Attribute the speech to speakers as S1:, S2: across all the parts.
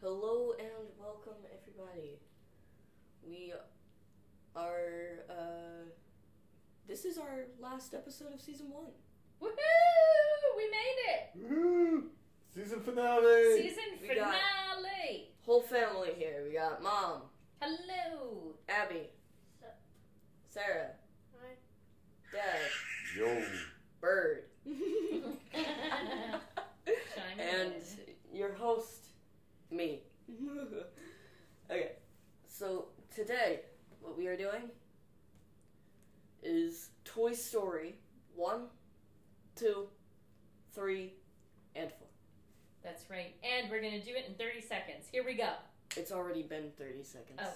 S1: Hello and welcome, everybody. We are. Uh, this is our last episode of season one.
S2: Woohoo! We made it!
S3: Woohoo! Season finale.
S2: Season
S1: We got-
S2: finale!
S1: Whole family here. We got mom,
S2: Hello!
S1: Abby,
S2: Sup?
S1: Sarah, Dad,
S3: Yo.
S1: Bird,
S2: Chime
S1: and
S2: in.
S1: your host, me. okay, so today, what we are doing is Toy Story 1, 2, 3, and 4.
S2: That's right. And we're gonna do it in 30 seconds. Here we go.
S1: It's already been 30 seconds.
S2: Oh.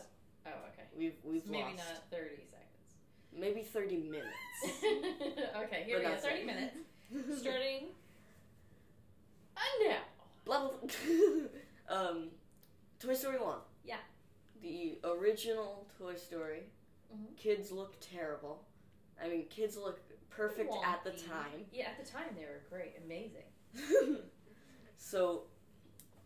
S2: Oh, okay.
S1: We've, we've
S2: It's maybe
S1: lost.
S2: not 30
S1: Maybe 30 minutes.
S2: seconds. okay, here
S1: But
S2: we go.
S1: that's
S2: 30
S1: it.
S2: minutes. Starting. And now.
S1: Blah, blah, blah. um, Toy Story 1.
S2: Yeah.
S1: The original Toy Story.
S2: Mhm.
S1: Kids look terrible. I mean, kids look perfect at the
S2: Wonky.
S1: time.
S2: Yeah, at the time they were great, amazing.
S1: so,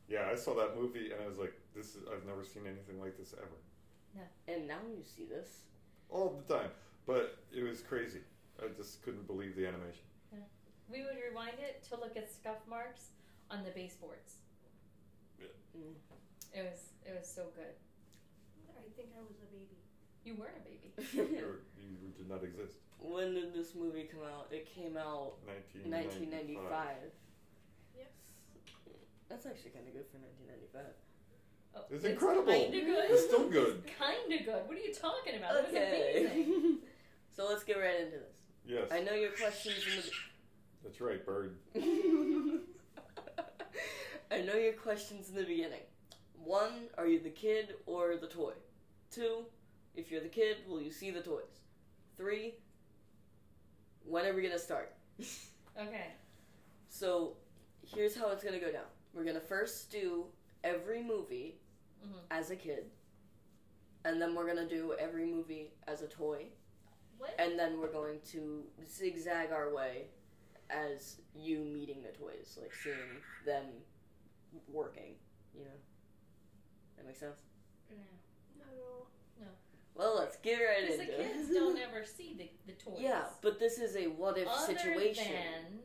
S3: Yeah, I saw that movie and I was like, this is I've never seen anything like this ever.
S1: and now you see this.
S3: All the time. But it was crazy. I just couldn't believe the animation.
S2: We would rewind it to look at scuff marks on the baseboards.
S3: Yeah.
S1: Mm.
S2: It was it was so good.
S4: I think I was a baby.
S2: You were a baby.
S3: You, were- you did not exist.
S1: when did this movie come out? It came out
S3: 1995.
S1: 1995.
S4: Yep.
S1: That's actually kind of good for 1995.
S2: Oh,
S3: It's incredible.
S2: Kinda good.
S3: It's still good.
S2: Kinda good. What are you talking about? That was amazing.
S1: Okay. so let's get right into this.
S3: Yes.
S1: I know your questions in the
S3: That's right, Bird.
S1: I know your questions in the beginning. One, are you the kid or the toy? Two, if you're the kid, will you see the toys? Three, when are we gonna start?
S2: Okay.
S1: so, here's how it's gonna go down. We're gonna first do every movie
S2: Mhm.
S1: as a kid, and then we're gonna do every movie as a toy,
S2: What?
S1: and then we're going to zigzag our way as you meeting the toys, like seeing them working. You know, that makes sense.
S2: No.
S4: No, no.
S1: Well, let's get right
S2: Because
S1: into
S2: the
S1: it.
S2: kids don't ever see the, the toys.
S1: yeah, but this is a what if
S2: Other
S1: situation.
S2: than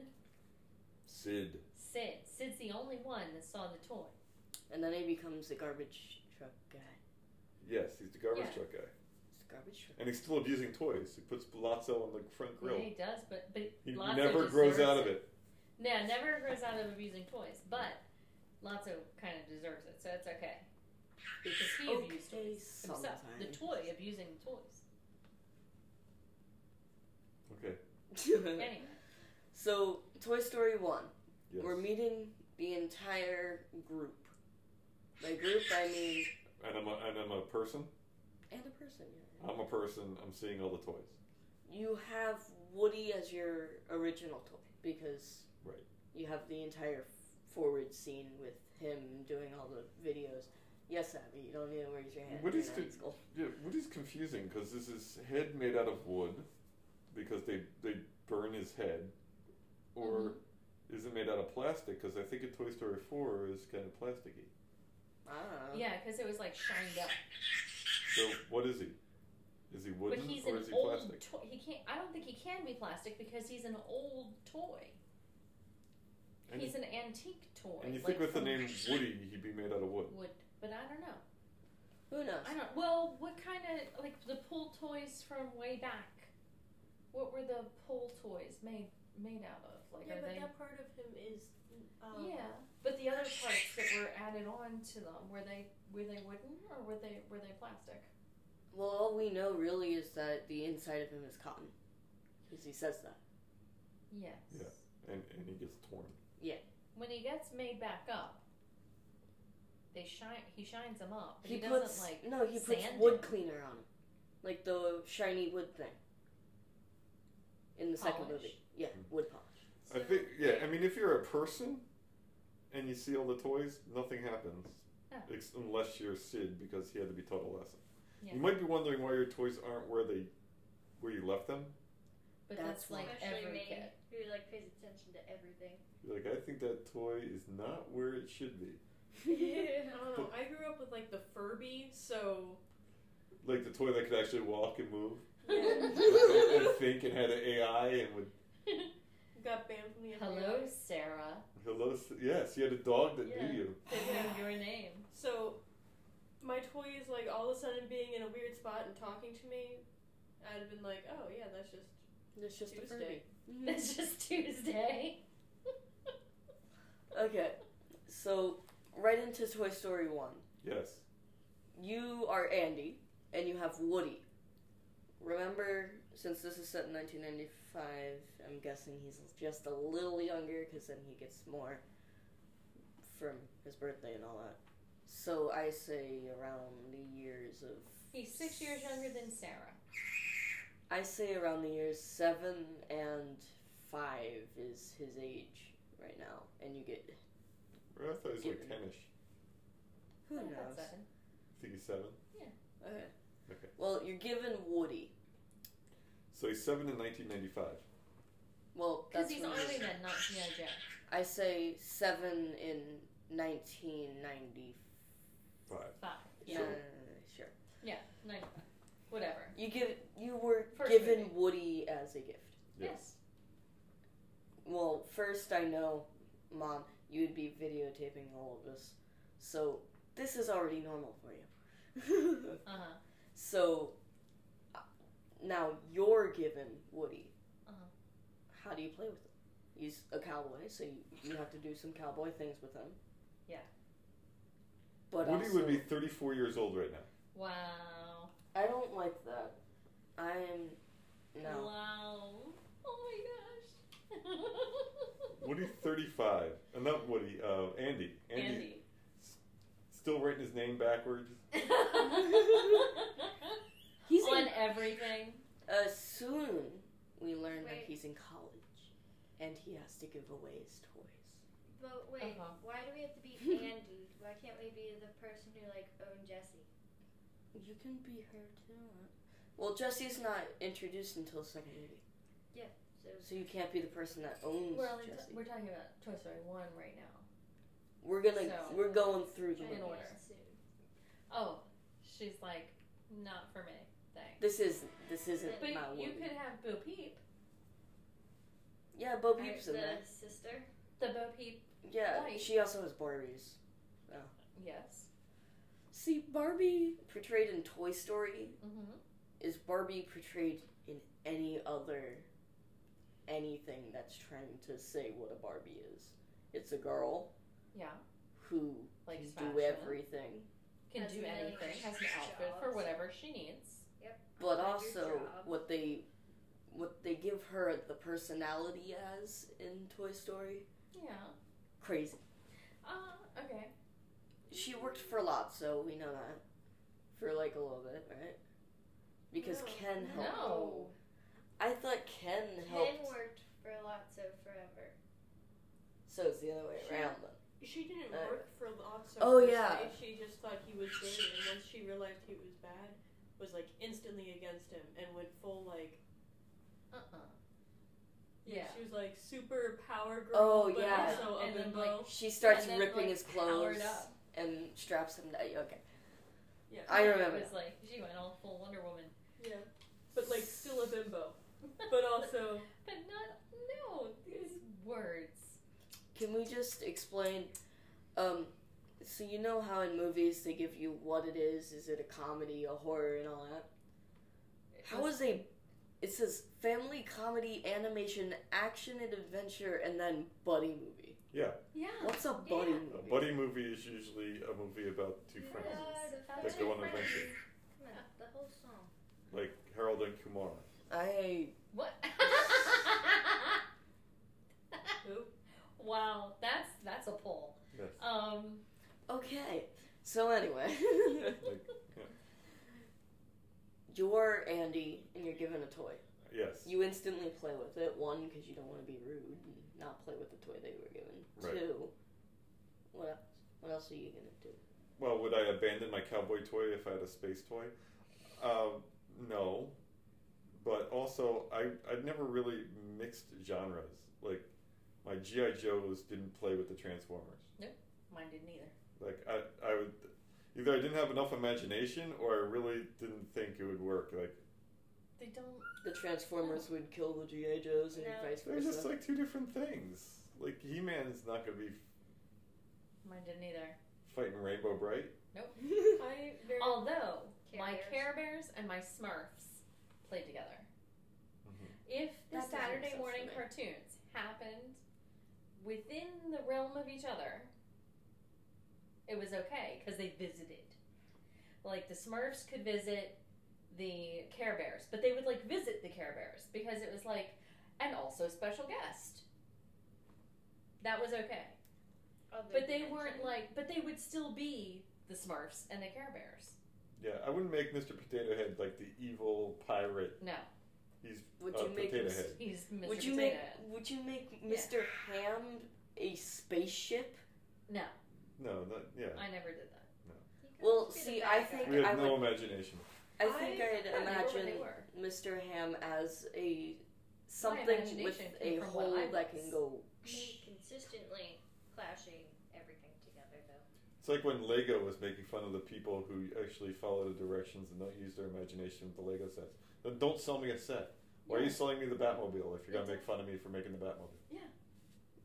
S3: Sid.
S2: Sid. Sid's the only one that saw the toy.
S1: And then he becomes the garbage truck guy.
S3: Yes, he's the garbage
S2: Yeah.
S3: truck guy.
S1: He's the garbage truck.
S3: And he's still abusing toys. He puts palazzo on the front grill.
S2: Yeah, he does, but but
S3: He
S2: Palazzo
S3: never
S2: deserves
S3: grows out of it.
S2: yeah, never grows out of abusing toys. But Lotso kind of deserves it, so it's okay. Because he abused
S1: okay
S2: toys himself. The
S1: sometimes.
S2: toy abusing the toys.
S3: Okay.
S2: Anyway.
S1: so, Toy Story one.
S3: Yes.
S1: We're meeting the entire group. By group, I mean
S3: and I'm a, and I'm a person.
S1: and a person. yeah.
S3: I'm a person. I'm seeing all the toys.
S1: You have Woody as your original toy because
S3: Right.
S1: you have the entire f- forward scene with him doing all the videos. Yes, Abby, you don't need to raise your hand.
S3: What
S1: You're
S3: is
S1: not
S3: the-
S1: in school.
S3: Yeah, what is confusing because this is head made out of wood, because they they burn his head, or
S2: Mm-hmm.
S3: is it made out of plastic? Because I think in Toy Story Four is kind of plasticky.
S1: I don't know.
S2: Yeah, because it was like shined up.
S3: So what is he? Is he
S2: But
S3: wooden
S2: he's
S3: or
S2: an
S3: is he
S2: old
S3: plastic?
S2: toy. He can't. I don't think he can be plastic because he's an old toy.
S3: And,
S2: he's an antique toy.
S3: and you
S2: like
S3: think with the
S2: from
S3: name Woody, he'd be made out of wood.
S2: wood, but I don't know.
S1: Who knows?
S2: I don't. Well, what kind of like the pull toys from way back? What were the pull toys made made out of? Like
S4: yeah,
S2: are
S4: but
S2: they?
S4: that part of him is. Um,
S2: yeah, but the other parts that were added on to them were they were they wooden or were they were they plastic?
S1: Well, all we know really is that the inside of him is cotton because he says that.
S2: Yes.
S3: Yeah. And and he gets torn.
S2: When he gets made back up, they shine. He shines them up, but he, doesn't
S1: puts
S2: like.
S1: no, he puts
S2: sand
S1: wood
S2: down.
S1: cleaner on him, like the shiny wood thing. In the second
S2: Polish.
S1: movie, yeah,
S3: Mm.
S1: wood polish.
S3: I think yeah. I mean, if you're a person, and you see all the toys, nothing happens.
S2: Oh.
S3: Ex- unless you're Sid, because he had to be taught a lesson.
S2: Yeah.
S3: You might be wondering why your toys aren't where they, where you left them.
S2: But
S1: That's
S2: that's, like
S4: Especially
S2: every
S4: me,
S2: kid.
S4: who like pays attention to everything.
S3: You're like, I think that toy is not where it should be.
S4: I don't know.
S3: But
S5: Furby, so
S3: Like the toy that could actually walk and move
S4: Yeah.
S3: and think and had an AI and would.
S4: Got banned from the FBI.
S2: Hello, Sarah.
S3: Hello. s- Yes, you had a dog that
S2: Yeah.
S3: knew you.
S2: They
S4: Yeah.
S2: know your name.
S4: So, my toy is like all of a sudden being in a weird spot and talking to me. I'd have been like, oh yeah, that's just
S1: It's just a Furby.
S4: Tuesday.
S1: Mm-hmm.
S2: That's just Tuesday.
S1: Okay, so right into Toy Story 1.
S3: Yes.
S1: You are Andy, and you have Woody. Remember, since this is set in 1995, I'm guessing he's just a little younger because then he gets more from his birthday and all that. So I say around the years of.
S2: He's six years younger than Sarah.
S1: I say around the years seven and five is his age right now, and you get.
S3: Or I thought he was like 10 ish.
S1: Who
S2: I
S1: knows?
S2: thought seven.
S3: I think he's 7.
S1: Okay.
S3: Okay.
S1: Well, you're given Woody.
S3: So he's 7 in 1995.
S1: Well,
S2: Because
S1: that's
S2: he's
S1: when
S2: Army
S1: you-
S2: Man, not G.I. Joe.
S1: I say seven in 1990.
S3: Five.
S2: Five. Yeah.
S1: No, no, no, no, sure.
S2: Ninety-five. Whatever.
S1: You give you were
S2: First
S1: given
S2: movie.
S1: Woody as a gift.
S2: Yes.
S1: Well, first I know, Mom, you would be videotaping all of this, so this is already normal for you.
S2: Uh huh.
S1: so uh, now you're given Woody.
S2: Uh-huh.
S1: How do you play with him? He's a cowboy, so you, you have to do some cowboy things with him.
S2: Yeah.
S1: But
S3: Woody
S1: also,
S3: would be 34 years old right now.
S2: Wow.
S1: I don't like that. I'm no.
S2: Wow. Oh my gosh.
S3: Woody 35. Uh, not Woody, uh, Andy. Andy.
S2: Andy.
S3: Still writing his name backwards.
S1: He's
S2: on
S1: in,
S2: everything.
S1: uh, soon we learn
S4: Wait.
S1: that he's in college, and he has to give away his toys.
S4: But wait,
S2: Uh-huh.
S4: why do we have to be Andy? Why can't we be the person who like owned Jesse?
S1: You can be her too. huh? Well, Jesse's not introduced until second movie,
S4: So
S1: so you can't be the person that owns
S2: We're, only t-
S1: Jesse.
S2: we're talking about Toy Story 1 right now.
S1: we're gonna
S2: So-
S1: we're going through the
S4: trying to
S2: In
S1: movie.
S4: be
S2: order.
S4: soon.
S2: Oh, she's like, not for me. Thanks.
S1: This is this isn't
S2: But
S1: my
S2: you
S1: Woody.
S2: could have Bo Peep.
S1: yeah, Bo
S4: Alright,
S1: Peep's in
S4: the
S1: there.
S4: sister.
S2: The Bo Peep,
S1: Yeah,
S2: Right.
S1: she also has Barbies.
S2: yes.
S1: See, Barbie portrayed in Toy Story
S2: Mm-hmm.
S1: is Barbie portrayed in any other anything that's trying to say what a Barbie is? It's a girl
S2: Yeah.
S1: who
S2: Like
S1: can
S2: fashion.
S1: do everything,
S2: Can
S4: Has
S2: do
S4: a million
S2: anything. Has an outfit for
S4: jobs.
S2: whatever she needs.
S1: but
S4: Like your
S1: also
S4: job.
S1: what they what they give her the personality as in Toy Story
S2: Yeah.
S1: crazy.
S2: Uh, okay.
S1: She worked for Lotso, we know that for like a little bit, right? Because
S4: No.
S1: Ken
S2: No. Oh,
S1: helped. I thought Ken helped.
S4: Ken worked for Lotso forever.
S1: So it's the other way
S4: She-
S1: around.
S5: she didn't
S1: Uh,
S5: work for Lotso.
S1: oh,
S5: per se,
S1: yeah.
S5: she just thought he was good, and once she realized he was bad, was like instantly against him and went full like
S2: Uh-uh. Yeah.
S5: She was like super power girl,
S1: Oh,
S5: but
S1: yeah.
S5: also a
S2: And then,
S5: bimbo.
S2: like,
S1: She starts
S2: And then,
S1: ripping
S2: like,
S1: his clothes
S2: Powered up.
S1: and straps him down. Okay.
S5: yeah,
S1: I remember
S2: It was like, she went all full Wonder Woman.
S5: yeah, but like still a bimbo, but also
S2: But not, no, these words.
S1: Can we just explain? Um, so you know how in movies they give you what it is? Is it a comedy, a horror, and all that?
S2: It
S1: How
S2: was-
S1: is a? It says family comedy, animation, action, and adventure, and then buddy movie.
S2: Yeah.
S1: What's a buddy
S2: Yeah.
S1: movie?
S3: A buddy movie is usually a movie about two friends.
S2: Friends.
S4: Friends.
S3: Let's go on an adventure.
S4: Come on, the whole song.
S3: Like Harold and Kumar.
S1: I
S2: What?
S5: Who?
S2: wow, that's that's a poll.
S3: Yes.
S2: Um,
S1: okay. So anyway,
S3: yeah.
S1: you're Andy, and you're given a toy.
S3: Yes.
S1: You instantly play with it. One, because you don't want to be rude and not play with the toy they were given.
S3: Right.
S1: Two, what else? What else are you gonna do?
S3: Well, would I abandon my cowboy toy if I had a space toy? Um, no. But also, I, I've never really mixed genres. Like, my G.I. Joes didn't play with the Transformers.
S2: mine didn't either.
S3: Like, I, I would. Either I didn't have enough imagination, or I really didn't think it would work. Like
S2: They don't.
S1: The Transformers would kill the GI Joes and
S4: No.
S1: vice
S3: they're just
S1: versa.
S3: like two different things. Like He-Man's not gonna be
S2: Mine didn't either.
S3: fighting Rainbow Bright.
S4: I very
S2: Although
S4: Care
S2: my
S4: Bears.
S2: Care Bears and my Smurfs played together.
S3: Mhm.
S2: If the
S1: That doesn't make sense
S2: Saturday
S1: to
S2: morning
S1: me.
S2: cartoons happened within the realm of each other, it was okay because they visited. Like the Smurfs could visit the Care Bears, but they would like visit the Care Bears because it was like, and also special guest. That was okay.
S4: other
S2: But they
S4: dimension.
S2: weren't like, but they would still be the Smurfs and the Care Bears.
S3: Yeah, I wouldn't make Mr. Potato Head like the evil pirate.
S2: No,
S3: He's
S1: Would
S3: uh,
S1: you make
S3: Potato
S1: mis-
S3: Head.
S2: he's Mr.
S1: Would you
S2: Potato
S1: make
S2: Head.
S1: Would you make
S2: Yeah.
S1: Mr. Ham a spaceship?
S2: No,
S3: No, not yeah.
S2: I never did that.
S4: He could
S1: Well,
S4: just be the
S1: see,
S4: bad
S1: I think-
S3: We
S1: I
S3: had no imagination.
S1: I think
S4: I-
S1: I,
S2: I
S1: would
S2: don't remember what
S1: imagine
S2: they were.
S1: Mr. Ham as a something with
S2: imagination
S1: a
S2: came from what
S1: hole
S2: I
S1: that
S2: was.
S1: can go.
S6: Me consistently clashing everything together though.
S3: It's like when Lego was making fun of the people who actually follow the directions and don't use their imagination with the Lego sets. Then don't sell me a set. Why are you selling me the Batmobile if you're gonna make fun of me for making the Batmobile?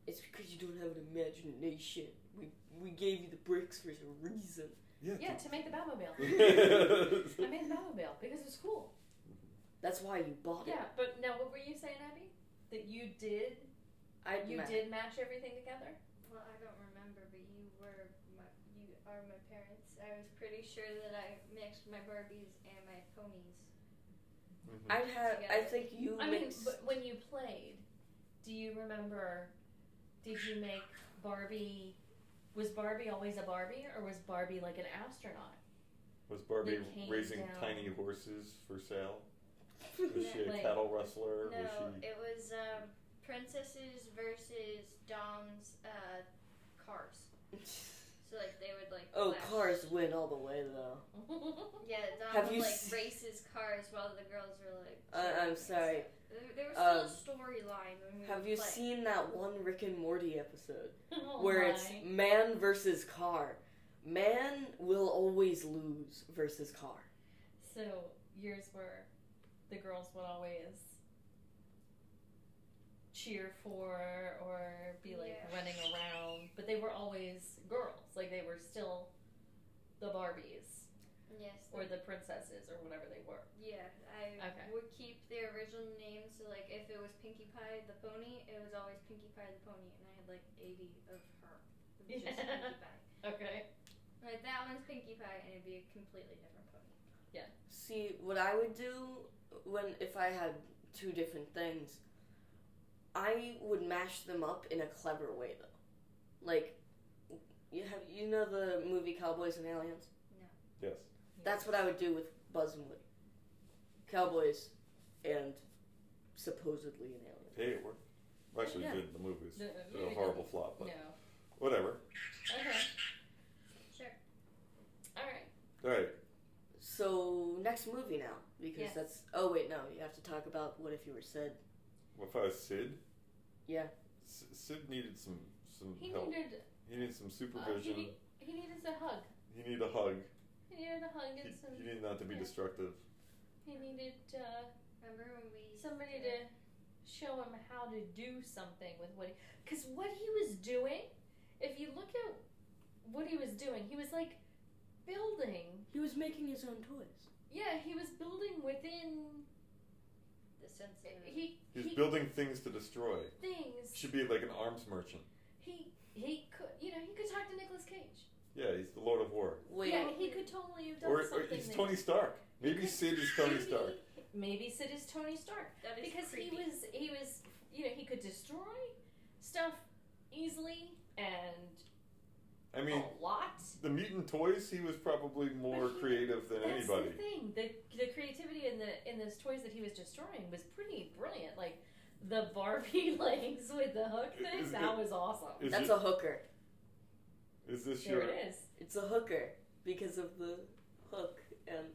S1: It's because you don't have an imagination. We we gave you the bricks for a reason.
S2: Yeah, to make the Batmobile.
S3: dude.
S2: I made the Batmobile because it's cool.
S1: That's why you bought it.
S2: Yeah, but now what were you saying, Abby? That you did,
S1: I
S2: you
S1: ma-
S2: did match everything together.
S6: Well, I don't remember, but you were my, you are my parents. I was pretty sure that I mixed my Barbies and my ponies.
S3: Mhm.
S1: I'd have. I
S6: Together.
S1: think you
S2: I mean,
S1: mixed.
S2: but when you played, do you remember? Did you make Barbie? Was Barbie always a Barbie, or was Barbie like an astronaut?
S3: was Barbie
S2: They came
S3: raising
S2: down.
S3: tiny horses for sale? Was she a
S6: Like-
S3: cattle rustler?
S6: No,
S3: was she
S6: it was um, princesses versus Dom's uh, cars. So like they would like.
S1: oh,
S6: clash.
S1: cars win all the way though.
S6: Yeah, Dom
S1: Have
S6: would,
S1: you
S6: like
S1: se-
S6: races cars while the girls were like.
S1: I, I'm
S6: cheering.
S1: sorry.
S6: There, there was still
S1: Um,
S6: a storyline when we
S2: Mm,
S1: Have
S6: would
S1: you
S6: play.
S1: seen that one Rick and Morty episode
S2: Oh
S1: where
S2: my.
S1: it's man versus car? Man will always lose versus car.
S2: so yours were the girls would always cheer for or be like
S6: Yeah.
S2: running around, but they were always girls. Like they were still the Barbies
S6: Yes.
S2: or the princesses or whatever they were.
S6: Yeah, I
S2: Okay.
S6: would keep their original names. So like, if it was Pinkie Pie the pony, it was always Pinkie Pie the pony, and I had like eighty of her. It was just Pinkie Pie.
S2: Okay.
S6: Like that one's Pinkie Pie, and it'd be a completely different pony.
S1: See, what I would do when if I had two different things, I would mash them up in a clever way though. Like you have you know the movie Cowboys and Aliens?
S3: yes?
S1: That's what I would do with Buzz and Woody. Cowboys and supposedly an alien.
S3: Hey, it worked. Well, Actually,
S1: Yeah.
S3: did the movies.
S2: No,
S3: It was a horrible flop,
S2: uh, No.
S3: but whatever.
S2: Okay.
S6: Sure.
S2: All right.
S3: All right.
S1: So next movie now because
S2: Yes.
S1: that's oh wait no you have to talk about what if you were Sid.
S3: What if I was Sid?
S1: Yeah.
S3: S- Sid needed some some
S2: He
S3: help.
S2: needed uh,
S3: he needed some
S2: he,
S3: supervision.
S2: need- he needed a hug.
S3: he, needed a hug.
S2: He needed a hug
S3: He,
S2: and some
S3: he needed not to be
S2: yeah.
S3: destructive.
S2: he needed uh
S6: Remember when we?
S2: somebody to show him how to do something with what he because what he was doing if you look at what he was doing he was like building
S1: He was making his own toys.
S2: yeah he was building within
S6: The sense of
S2: he
S3: He's
S2: he
S3: building things to destroy.
S2: things
S3: Should be like an arms merchant.
S2: he he could you know he could talk to Nicolas Cage
S3: Yeah, he's the Lord of War.
S1: Wait,
S2: yeah he could totally have done
S3: Or, or
S2: something
S3: he's
S2: that-
S3: Tony Stark. Maybe Sid is Tony Stark.
S2: maybe Sid is Tony Stark
S6: that is
S2: because he
S6: creepy.
S2: was he was you know he could destroy stuff easily and
S3: I mean,
S2: a lot
S3: the mutant toys. He was probably more
S2: Oh. But he-
S3: creative than
S2: That's
S3: anybody.
S2: the thing. The, the creativity in the in those toys that he was destroying was pretty brilliant. Like the Barbie legs with the hook
S3: Is-
S2: thing.
S3: is
S2: that
S3: it-
S2: was awesome.
S3: Is,
S1: that's
S3: it,
S1: a hooker.
S3: is this
S2: There
S3: your?
S2: it is.
S1: It's a hooker because of the hook and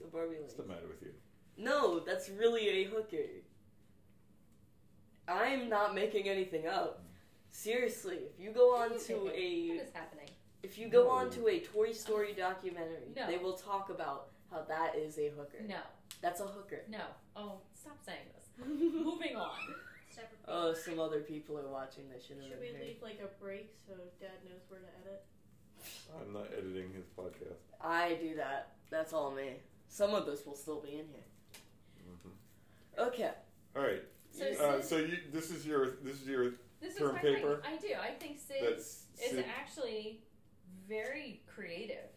S1: the Barbie
S3: What's
S1: legs.
S3: the matter with you?
S1: No, that's really a hooker. I'm not making anything up. Seriously, if you go
S2: What are
S1: on
S2: you
S1: to
S2: thinking?
S1: a
S2: What is happening?
S1: If you go
S3: No.
S1: on to a Toy Story documentary,
S2: No.
S1: they will talk about how that is a hooker.
S2: No,
S1: That's a hooker.
S2: no. Oh, stop saying this. Moving on.
S6: Separate
S1: Oh, some other people are watching this. Should
S4: Should we leave like a break so Dad knows where to edit?
S3: I'm not editing his podcast.
S1: I do that. That's all me. Some of this will still be in here.
S3: Mm-hmm.
S1: Okay.
S3: All right.
S2: So,
S1: You-
S3: Uh,
S2: Sid,
S3: so you, this is your this is your
S2: this is
S3: term
S2: my
S3: paper?
S2: Thing. I do. I think Sid
S3: that's
S2: is actually very creative.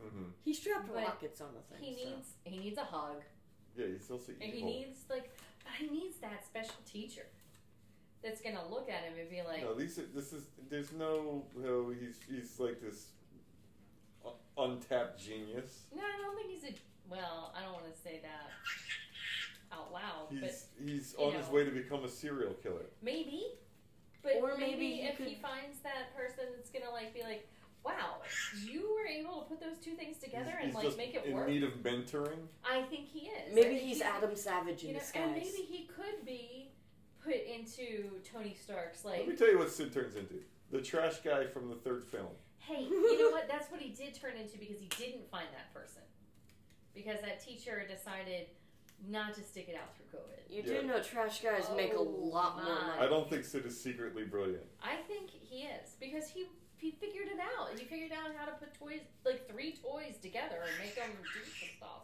S3: hmm
S1: He strapped
S2: But
S1: rockets on the thing.
S2: He
S1: so.
S2: needs he needs a hug,
S3: Yeah, he's also
S2: and he
S3: evil.
S2: needs like but he needs that special teacher that's gonna look at him and be like,
S3: no, these are, this is there's no no he's he's like this u- untapped genius.
S2: No, I don't think he's a. Well, I don't want to say that out loud, but
S3: He's he's
S2: you
S3: on his
S2: know.
S3: way to become a serial killer.
S2: maybe. But
S1: Or maybe
S2: maybe,
S1: he
S2: if he
S1: could-
S2: finds that person that's gonna like be like, "Wow, you were able to put those two things together
S3: he's,
S2: and
S3: he's
S2: like
S3: just
S2: make it
S3: in
S2: work."
S3: need of mentoring.
S2: I think he is. I
S1: Maybe
S2: think
S1: he's Adam Savage in
S2: you know,
S1: disguise.
S2: and maybe he could be put into Tony Stark's
S3: Let me
S2: like,
S3: tell you what Sid turns into: the trash guy from the third film.
S2: "Hey, you know what? That's what he did turn into because he didn't find that person because that teacher decided not to stick it out through COVID."
S1: You
S3: Yeah.
S1: do know trash guys make a
S2: Oh,
S1: lot more
S2: my.
S1: money.
S3: I don't think Sid is secretly brilliant.
S2: I think he is because he he figured it out. He figured out how to put toys like three toys together and make them do some stuff.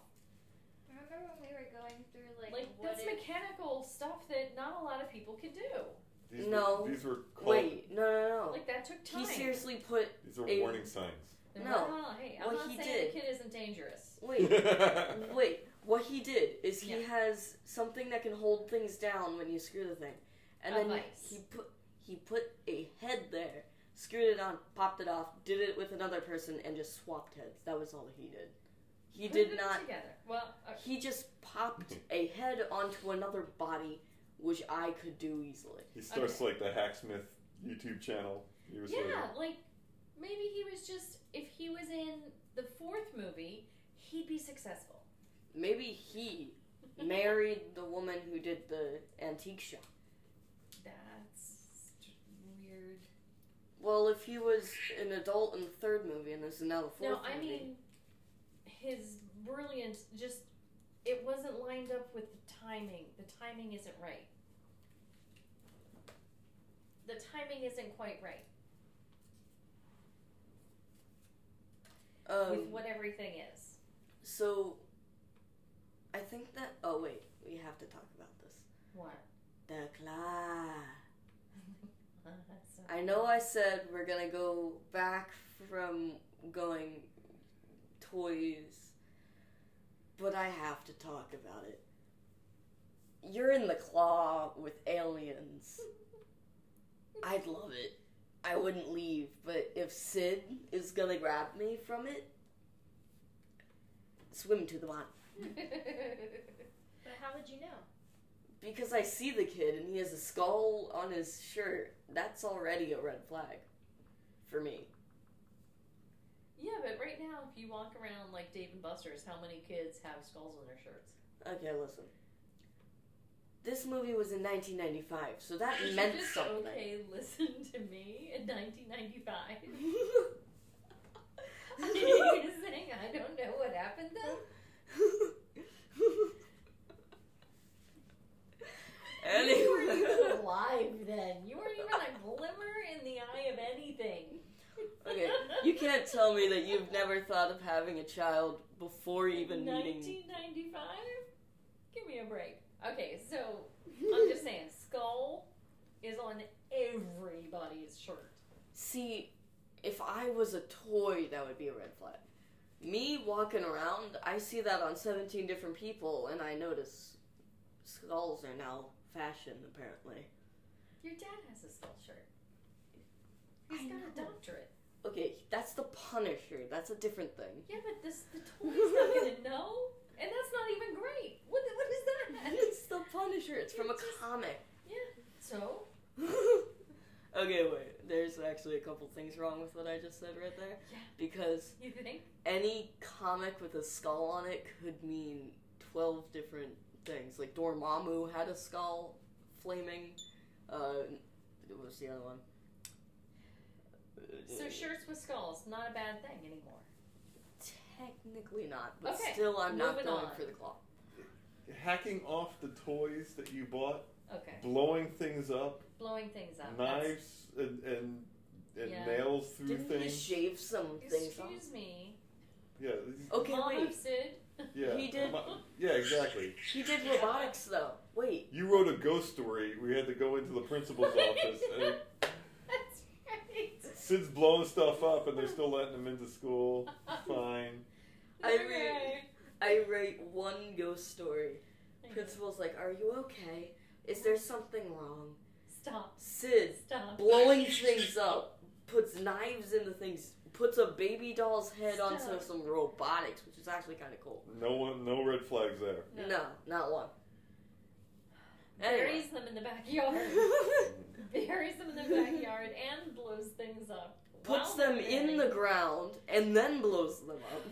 S6: Remember when we were going through like,
S2: Like,
S6: what
S2: that's
S6: if
S2: mechanical stuff that not a lot of people can do.
S3: These
S1: No.
S3: were, these were cult,
S1: Wait, no, no, no.
S2: Like that took time.
S1: Oh. He seriously put.
S3: These were
S1: a-
S3: warning signs.
S2: And
S1: no.
S2: well, hey, I'm
S1: What
S2: not
S1: he
S2: saying
S1: did-
S2: the kid isn't dangerous.
S1: Wait, wait. What he did is he
S2: Yeah.
S1: has something that can hold things down when you screw the thing, and then
S2: Advice.
S1: he put he put a head there, screwed it on, popped it off, did it with another person, and just swapped heads. That was all he did. He
S2: Put
S1: did
S2: them
S1: not.
S2: together. Well, uh,
S1: He just popped a head onto another body, which I could do easily.
S3: He starts like the Hacksmith YouTube channel years later.
S2: yeah, like maybe he was just if he was in the fourth movie, he'd be successful.
S1: Maybe he married the woman who did the antique shop.
S2: That's weird.
S1: Well, if he was an adult in the third movie and this is now the fourth
S2: No, I
S1: movie.
S2: mean, his brilliance just it wasn't lined up with the timing. The timing isn't right. The timing isn't quite right
S1: um,
S2: with what everything is.
S1: so I think that. Oh wait, we have to talk about this.
S2: What?
S1: The claw. I know I said we're gonna go back from going toys, but I have to talk about it. You're in the claw with aliens. I'd love it. I wouldn't leave, but if Sid is gonna grab me from it, swim to the bottom.
S6: But how would you know?
S1: Because I see the kid and he has a skull on his shirt, that's already a red flag for me.
S2: yeah, but right now, if you walk around like Dave and Buster's, how many kids have skulls on their shirts?
S1: Okay, listen. This movie was in 1995, so that
S2: Is it
S1: meant
S2: just
S1: something.
S2: Okay, listen to me in 1995. You're
S1: I
S2: saying I don't know what happened then? You weren't even
S1: anyway,
S2: alive then. You weren't even a glimmer in the eye of anything.
S1: Okay, you can't tell me that you've never thought of having a child before even meeting me.
S2: 1995? Give me a break. Okay, so I'm just saying, Skull is on everybody's shirt.
S1: See, if I was a toy, that would be a red flag. Me walking around, I see that on 17 different people, and I notice skulls are now fashion, apparently.
S2: Your dad has a skull shirt. He's
S1: I
S2: got
S1: know.
S2: a doctorate.
S1: Okay, that's the Punisher. That's a different thing.
S2: Yeah, but this the toy's not gonna know, and that's not even great. What what is that?
S1: it's the Punisher. It's from a
S2: It just-
S1: comic.
S2: So
S1: okay, wait. There's actually a couple things wrong with what I just said right there.
S2: Yeah.
S1: Because
S2: you think?
S1: any comic with a skull on it could mean 12 different things. Like Dormammu had a skull flaming. Uh, what was the other one?
S2: So shirts with skulls, not a bad thing anymore.
S1: Technically not, but
S2: Okay,
S1: still I'm not
S2: moving
S1: going
S2: on.
S1: for the claw.
S3: Hacking off the toys that you bought,
S2: Okay,
S3: blowing things up,
S2: blowing things up. that's-
S3: knives and and, and
S2: Yeah.
S3: nails through
S1: Didn't he
S3: things.
S1: shave some things off?
S2: Excuse me.
S3: yeah.
S1: Okay,
S2: Mom
S1: wait.
S2: of Sid.
S3: Yeah.
S1: Oh, He did-
S3: Remo- Yeah, exactly.
S1: He did robotics though. Wait,
S3: You wrote a ghost story. We had to go into the principal's office. And
S2: That's right.
S3: Sid's blowing stuff up, and they're still letting him into school. Fine.
S1: I
S2: All
S1: read-
S2: right.
S1: I write one ghost story. Principal's like, "Are you okay? Is there something wrong?"
S2: Stop.
S1: Sid
S2: Stop.
S1: blowing things up, puts knives into things, puts a baby doll's head onto
S2: Stop.
S1: some robotics, which is actually kind of cool.
S3: No one, no red flags there.
S2: No.
S1: No, not one. Anyway.
S2: Buries them in the backyard.
S3: Mm-hmm.
S2: Buries them in the backyard and blows things up.
S1: Puts
S2: while
S1: them
S2: they're
S1: in the
S2: there.
S1: ground and then blows them up.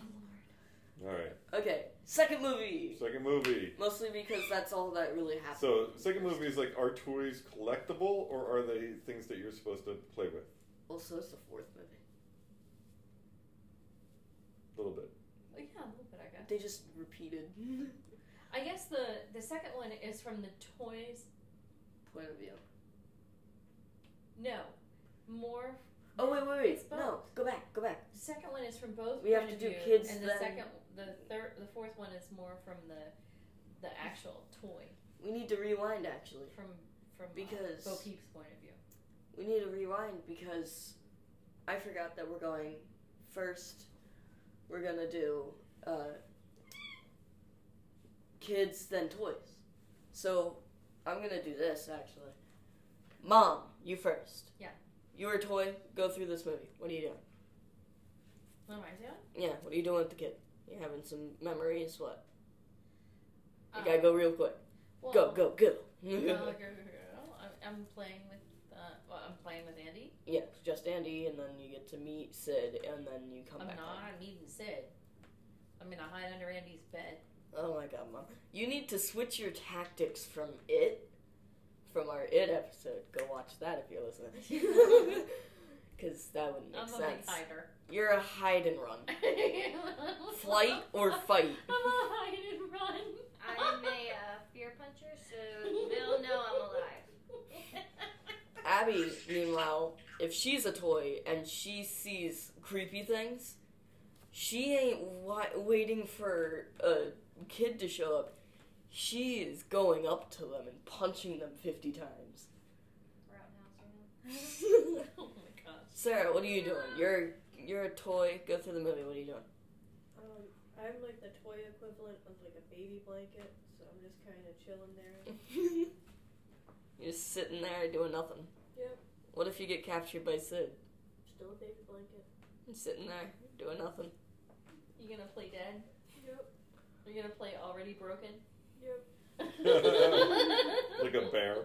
S3: All right.
S1: Okay, second movie.
S3: Second movie.
S1: Mostly because that's all that really happened.
S3: So, second movie is like, are toys collectible or are they things that you're supposed to play with?
S1: Also, it's the fourth movie.
S3: A little bit.
S2: Oh, yeah, a little bit, I guess.
S1: They just repeated
S2: I guess the the second one is from the toys.
S1: point of view.
S2: No, more.
S1: Oh wait, wait, wait!
S2: It's both.
S1: No, go back, go back.
S2: The second one is from both.
S1: We have
S2: point
S1: to
S2: of
S1: do
S2: view,
S1: kids
S2: And the
S1: then.
S2: second, the third, the fourth one is more from the the actual toy
S1: We need to rewind. Actually,
S2: from from
S1: Because-
S2: uh, Bo Peep's point of view.
S1: we need to rewind because I forgot that we're going first. We're gonna do uh, kids, then toys. So I'm gonna do this actually. Mom, you first.
S2: Yeah.
S1: You were a toy. Go through this movie. What are you doing?
S2: What am I doing?
S1: Yeah, what are you doing with the kid? You having some memories? What? You
S2: Uh,
S1: gotta go real quick.
S2: well,
S1: Go, go, go.
S2: uh, Oh. go, go, go, go. I'm, I'm playing with. Uh, well, I'm playing with Andy.
S1: yeah, it's just Andy, and then you get to meet Sid, and then you come
S2: I'm
S1: back.
S2: not.
S1: home.
S2: I'm eating Sid. I'm gonna hide under Andy's bed.
S1: Oh my god, mom. You need to switch your tactics from it, from our it episode. Go watch that if you're listening. Because that wouldn't make
S2: I'm a big
S1: sense.
S2: hider.
S1: You're a hide and run. Flight or fight?
S2: I'm a hide and run.
S6: I'm a uh, fear puncher, so they'll know I'm alive.
S1: Abby, meanwhile, if she's a toy and she sees creepy things, she ain't wa- waiting for a kid to show up. She is going up to them and punching them 50 times.
S6: We're out in the house right now.
S2: Oh my gosh.
S1: Sarah, what are you doing? You're you're a toy. Go through the movie. What are you doing?
S4: Um, I'm like the toy equivalent of like a baby blanket, so I'm just kind of chilling there.
S1: you're just sitting there doing nothing.
S4: Yep.
S1: What if you get captured by Sid?
S4: Still a baby blanket.
S1: You're sitting there doing nothing.
S2: You gonna play dead?
S4: Yep.
S2: You gonna play already broken?
S4: Yep.
S3: Like a bear.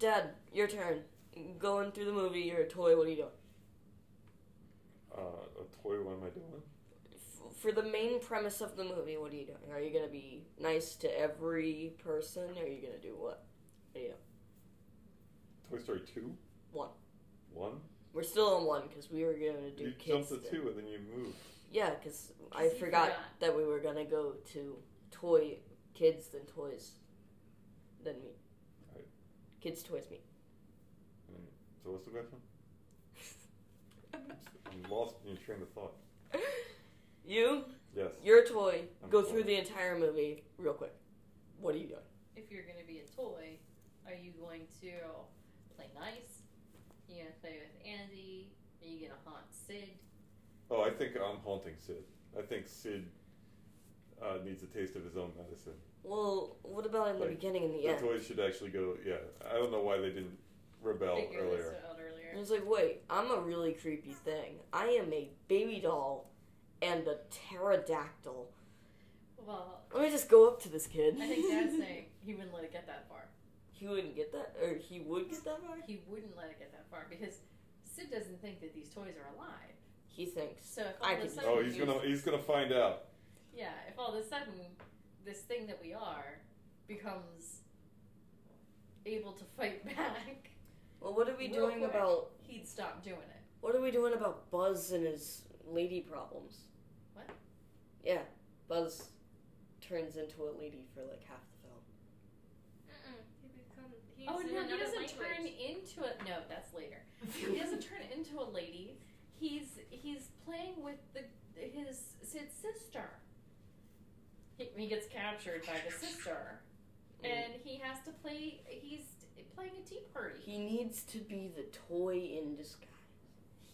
S1: Dad, your turn. Going through the movie. You're a toy. What are you doing?
S3: Uh, a toy, what am I doing?
S1: F- for the main premise of the movie, what are you doing? Are you gonna be nice to every person? Are you gonna do what?
S3: Toy Story 2?
S1: One.
S3: 1?
S1: We're still on one because we were gonna do
S3: You
S1: kids.
S3: jumped to 2 and then you moved.
S1: Yeah, because I
S2: you
S1: forgot,
S2: forgot.
S1: that we were gonna go to toy kids then toys, then me.
S3: Alright.
S1: Kids toys me.
S3: So, what's the question? I'm lost in your train of thought.
S1: you,
S3: Yes.
S1: your toy.
S3: I'm
S1: go
S3: a toy.
S1: through the entire movie real quick. What are you doing?
S2: if you're gonna be a toy, are you going to play nice? You gonna play with Andy? Are you gonna haunt Sid?
S3: Oh, I think I'm haunting Sid. I think Sid uh, needs a taste of his own medicine.
S1: Well, what about in the
S3: Like,
S1: beginning and the end?
S3: The toys should actually go, yeah. I don't know why they didn't rebel
S2: Figure
S3: earlier.
S2: this out earlier.
S1: And It's like, wait, I'm a really creepy thing. I am a baby doll and a pterodactyl.
S2: Well,
S1: Let me just go up to this kid.
S2: I think Dad's saying he wouldn't let it get that far.
S1: he wouldn't get that, or he would get that far.
S2: He wouldn't let it get that far because Sid doesn't think that these toys are alive.
S1: He thinks.
S2: So if all
S1: I
S2: of a
S1: could-
S2: sudden,
S3: Oh, he's gonna he's gonna find out.
S2: yeah, if all of a sudden this thing that we are becomes able to fight back,
S1: Well, what are we
S2: Real
S1: doing
S2: quick.
S1: about
S2: He'd stop doing it.
S1: what are we doing about Buzz and his lady problems?
S2: What?
S1: Yeah, Buzz turns into a lady for like half the film.
S6: Mm-mm. He becomes. He's
S2: Oh
S6: in
S2: no, he
S6: another
S2: doesn't
S6: language.
S2: turn into a no. That's later. He doesn't turn into a lady. He's he's playing with the his Sid's sister. He, he gets captured by the sister, and he has to play. He's playing a tea party.
S1: He needs to be the toy in disguise.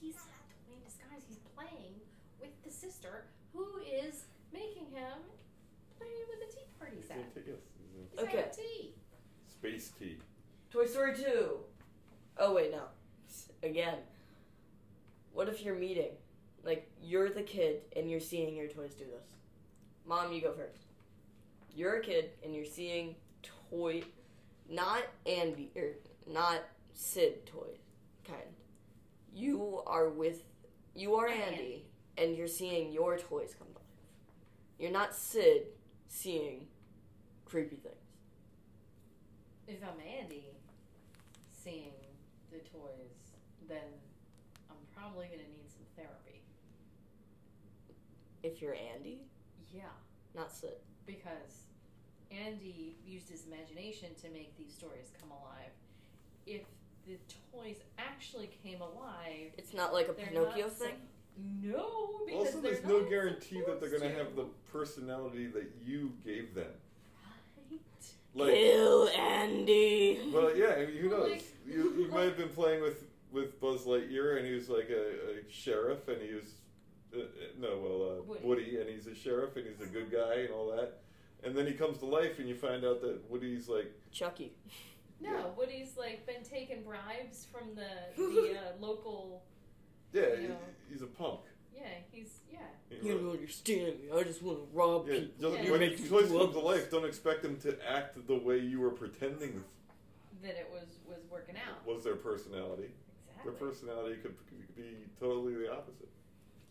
S2: He's not the way in disguise. He's playing with the sister who is making him play with the tea party
S3: He's
S2: set.
S3: into- yes, he's in
S2: He's having
S1: Okay.
S2: tea.
S3: Space tea.
S1: Toy Story 2. Oh wait, no. Again. What if you're meeting? Like you're the kid and you're seeing your toys do this. Mom, you go first. You're a kid and you're seeing toy not Andy or not Sid toy kind. You are with you are
S2: I'm
S1: Andy and you're seeing your toys come to life. You're not Sid seeing creepy things.
S2: If I'm Andy seeing the toys, then I'm probably gonna need some therapy.
S1: If you're Andy,
S2: Yeah.
S1: not Sid.
S2: because Andy used his imagination to make these stories come alive. If the toys actually came alive,
S1: It's not like a
S2: They're
S1: Pinocchio
S2: not
S1: thing.
S2: no, because
S3: Also, there's
S2: they're
S3: no
S2: not
S3: guarantee that they're gonna
S2: supposed
S3: have the personality that you gave them.
S2: Right.
S3: Like,
S1: Ew, Andy.
S3: well, yeah, I mean, who
S2: Well,
S3: knows?
S2: like-
S3: You, you might have been playing with with Buzz Lightyear, and he was like a, a sheriff, and he was uh, uh, no, well, uh,
S2: Woody.
S3: Woody, and he's a sheriff, and he's a good guy, and all that. And then he comes to life, and you find out that Woody's like
S1: Chucky.
S2: No,
S3: Yeah.
S2: Woody's like been taking bribes from the the uh, local.
S3: Yeah,
S2: You
S3: he-
S2: know.
S3: he's a punk.
S2: Yeah, he's yeah.
S1: You don't understand me. I just want to rob
S3: yeah,
S1: people.
S3: just,
S2: You
S3: when
S1: make
S3: the
S1: me
S3: toys
S1: do
S3: come to
S1: up.
S3: life, don't expect them to act the way you were pretending
S2: That it was was working out
S3: was their personality.
S2: exactly.
S3: Their personality could could be totally the opposite.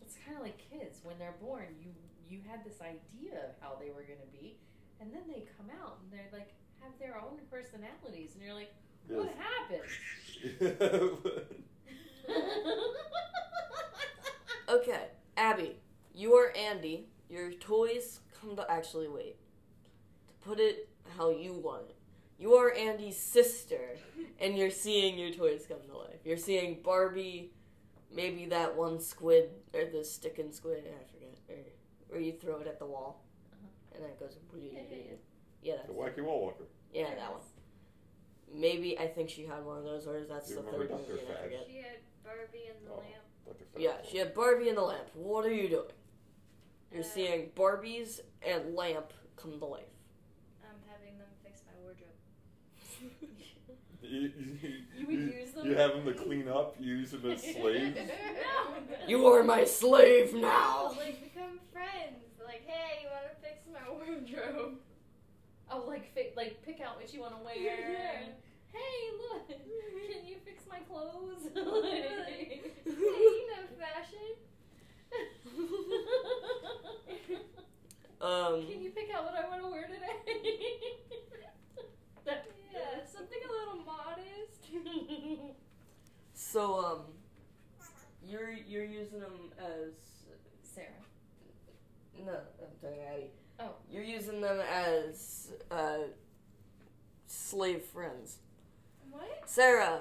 S2: It's kind of like kids when they're born. You you had this idea of how they were going to be, and then they come out and they're like have their own personalities, and you're like, what happened?
S1: Okay, Abby, you are Andy. Your toys come to actually wait. To put it how you want it, you are Andy's sister, and you're seeing your toys come to life. You're seeing Barbie, maybe that one squid or the sticking squid. I forget. Or where you throw it at the wall, and then it goes.
S2: Uh-huh. yeah, yeah.
S1: yeah
S3: the
S1: that's-
S3: wacky wall walker.
S1: yeah, that one. Maybe I think she had one of those, or that's
S3: You
S1: the
S3: remember
S1: third one.
S3: Dr.
S1: we didn't
S3: Fag?
S1: forget.
S6: She had Barbie and the
S3: Oh.
S6: lamp.
S3: Dr. Fag.
S1: Yeah, she had Barbie and the lamp. What are you doing? You're
S6: Uh,
S1: seeing Barbies and lamp come to life.
S6: I'm having them fix my wardrobe.
S3: You, you-
S2: You would
S3: you-
S2: use them?
S3: you have them to clean up. You use them as slaves.
S2: No.
S1: you are my slave now.
S6: Like become friends. Like, hey, you want to fix my wardrobe?
S2: Oh, like fi- like pick out what you want to wear.
S6: Yeah.
S2: and, Hey, look, can you fix my clothes?
S6: Really? hey, you know fashion.
S1: Um,
S2: Can you pick out what I want to wear today? That-
S6: Yeah, something a little modest.
S1: so um, you're you're using them as
S2: Sarah.
S1: no, I'm talking to Abby.
S2: Oh.
S1: you're using them as uh, slave friends.
S6: What?
S1: Sarah,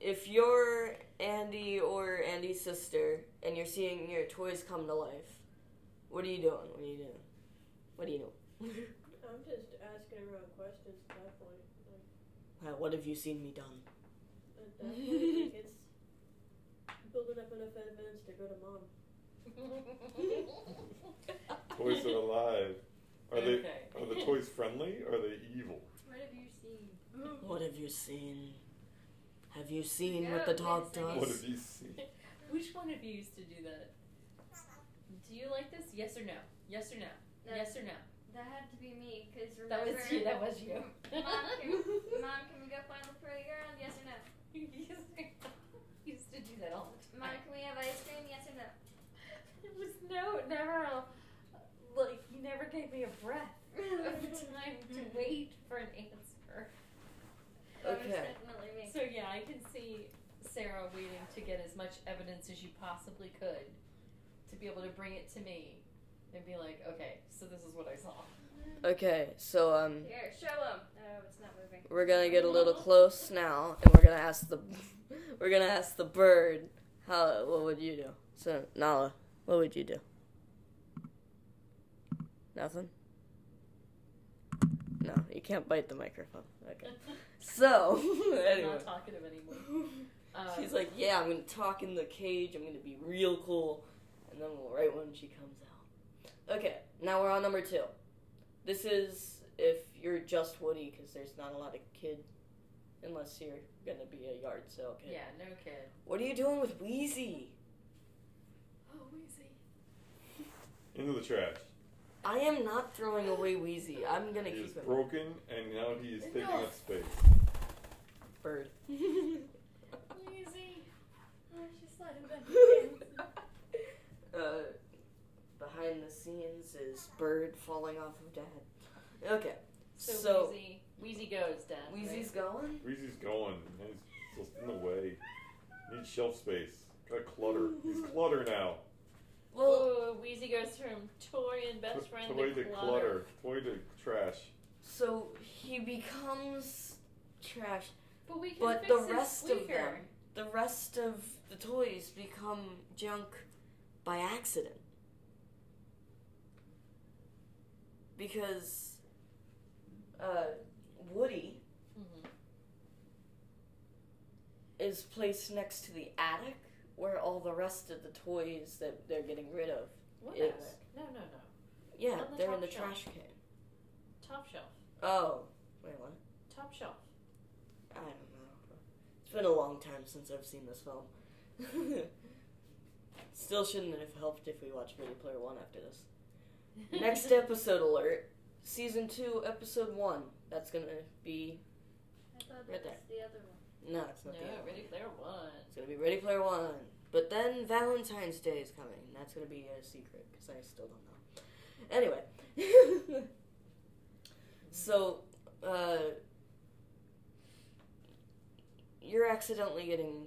S1: if you're Andy or Andy's sister and you're seeing your toys come to life, what are you doing? What are you doing? What are you doing?
S4: I'm just asking around questions at that point. Like,
S1: Uh, what have you seen me done?
S4: at that point, like, it's building up enough evidence to go to mom.
S3: toys are alive. Are they?
S2: Okay.
S3: Are the toys friendly? Or are they evil?
S6: What have you seen?
S1: What have you seen? Have you seen
S6: Yeah,
S1: what the
S6: wait a
S1: dog
S6: second.
S3: What
S1: does?
S3: have you seen?
S2: Which one of you used to do that? Do you like this? Yes or no? Yes or no?
S6: That,
S2: Yes or no?
S6: that had to be me, because
S2: That
S6: remember.
S2: was you. That was you.
S6: Mom, can, Mom, can we go find the playground? Yes or no?
S2: You used to do that all the
S6: Mom,
S2: time.
S6: can we have ice cream? Yes or no?
S2: It was no, never. a- Like you never gave me a breath of time to wait for an answer.
S6: That was
S1: Okay.
S6: Oh, definitely me.
S2: So yeah, I I can see Sarah waiting to get as much evidence as you possibly could to be able to bring it to me and be like, okay, so this is what I saw.
S1: Okay, so um,
S6: Here, show them. Oh, it's not moving.
S1: we're gonna get a little close now, and we're gonna ask the, we're gonna ask the bird, how what would you do? So Nala, what would you do? Nothing. No, you can't bite the microphone. Okay. So
S2: I'm
S1: anyway,
S2: not talkative anymore. Um,
S1: she's like, yeah, I'm gonna talk in the cage. I'm gonna be real cool, and then we'll write when she comes out. Okay, now we're on number two. This is if you're just Woody, because there's not a lot of kid, unless you're gonna be a yard sale kid.
S2: yeah, no kid.
S1: What are you doing with Wheezy?
S2: Oh, Weezy.
S3: Into the trash.
S1: I am not throwing away Wheezy. I'm gonna
S3: He is
S1: keep him.
S3: broken, and now he is taking
S2: No.
S3: up space.
S1: Bird.
S2: Weezy.
S6: Oh, she's sliding back.
S1: uh, behind the scenes is Bird falling off of Dad. Okay,
S2: So,
S1: so,
S2: Weezy, Weezy goes, Dad.
S1: Wheezy's going.
S3: Reezy's going. and He's just in the way. Needs shelf space. Got clutter. He's clutter now.
S1: Well,
S2: Ooh, Wheezy goes from toy and best
S3: To-
S2: friend
S3: toy
S2: to clutter.
S3: Toy to trash.
S1: so he becomes trash.
S2: But we can
S1: But
S2: fix
S1: the
S2: his
S1: rest of
S2: squeaker.
S1: them- The rest of the toys become junk by accident. Because uh, Woody
S2: Mhm.
S1: is placed next to the attic where all the rest of the toys that they're getting rid of.
S2: What
S1: Yes.
S2: attic? No, no, no.
S1: Yeah,
S2: On the
S1: they're in
S2: top
S1: the
S2: shelf.
S1: trash can.
S2: Top shelf.
S1: Oh, wait, what?
S2: Top shelf.
S1: I don't know. It's been a long time since I've seen this film. Still shouldn't have helped if we watched Ready Player One after this. Next episode alert. Season 2, episode 1. That's gonna be.
S6: I thought
S1: Right
S6: that
S1: there.
S6: was the other one.
S1: No, it's
S2: No,
S1: not the end.
S2: Ready Player One.
S1: It's gonna be Ready Player One. But then Valentine's Day is coming, and that's gonna be a secret, because I still don't know. Anyway. so, uh. You're accidentally getting.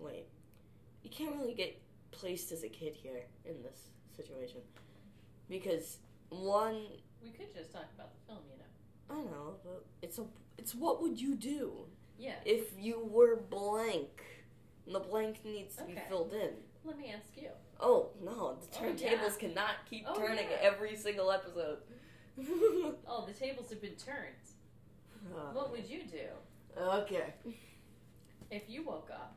S1: Wait. You can't really get placed as a kid here in this situation. Because, one.
S2: We could just talk about the film, you know.
S1: I don't know, but it's a. It's what would you do?
S2: Yeah.
S1: if you were blank, and the blank needs to be
S2: Okay.
S1: filled in.
S2: Let me ask you.
S1: Oh no, the
S2: Oh, yeah.
S1: turntables cannot keep
S2: Oh,
S1: turning
S2: yeah.
S1: every single episode.
S2: Oh, the tables have been turned. What would you do
S1: okay.
S2: if you woke up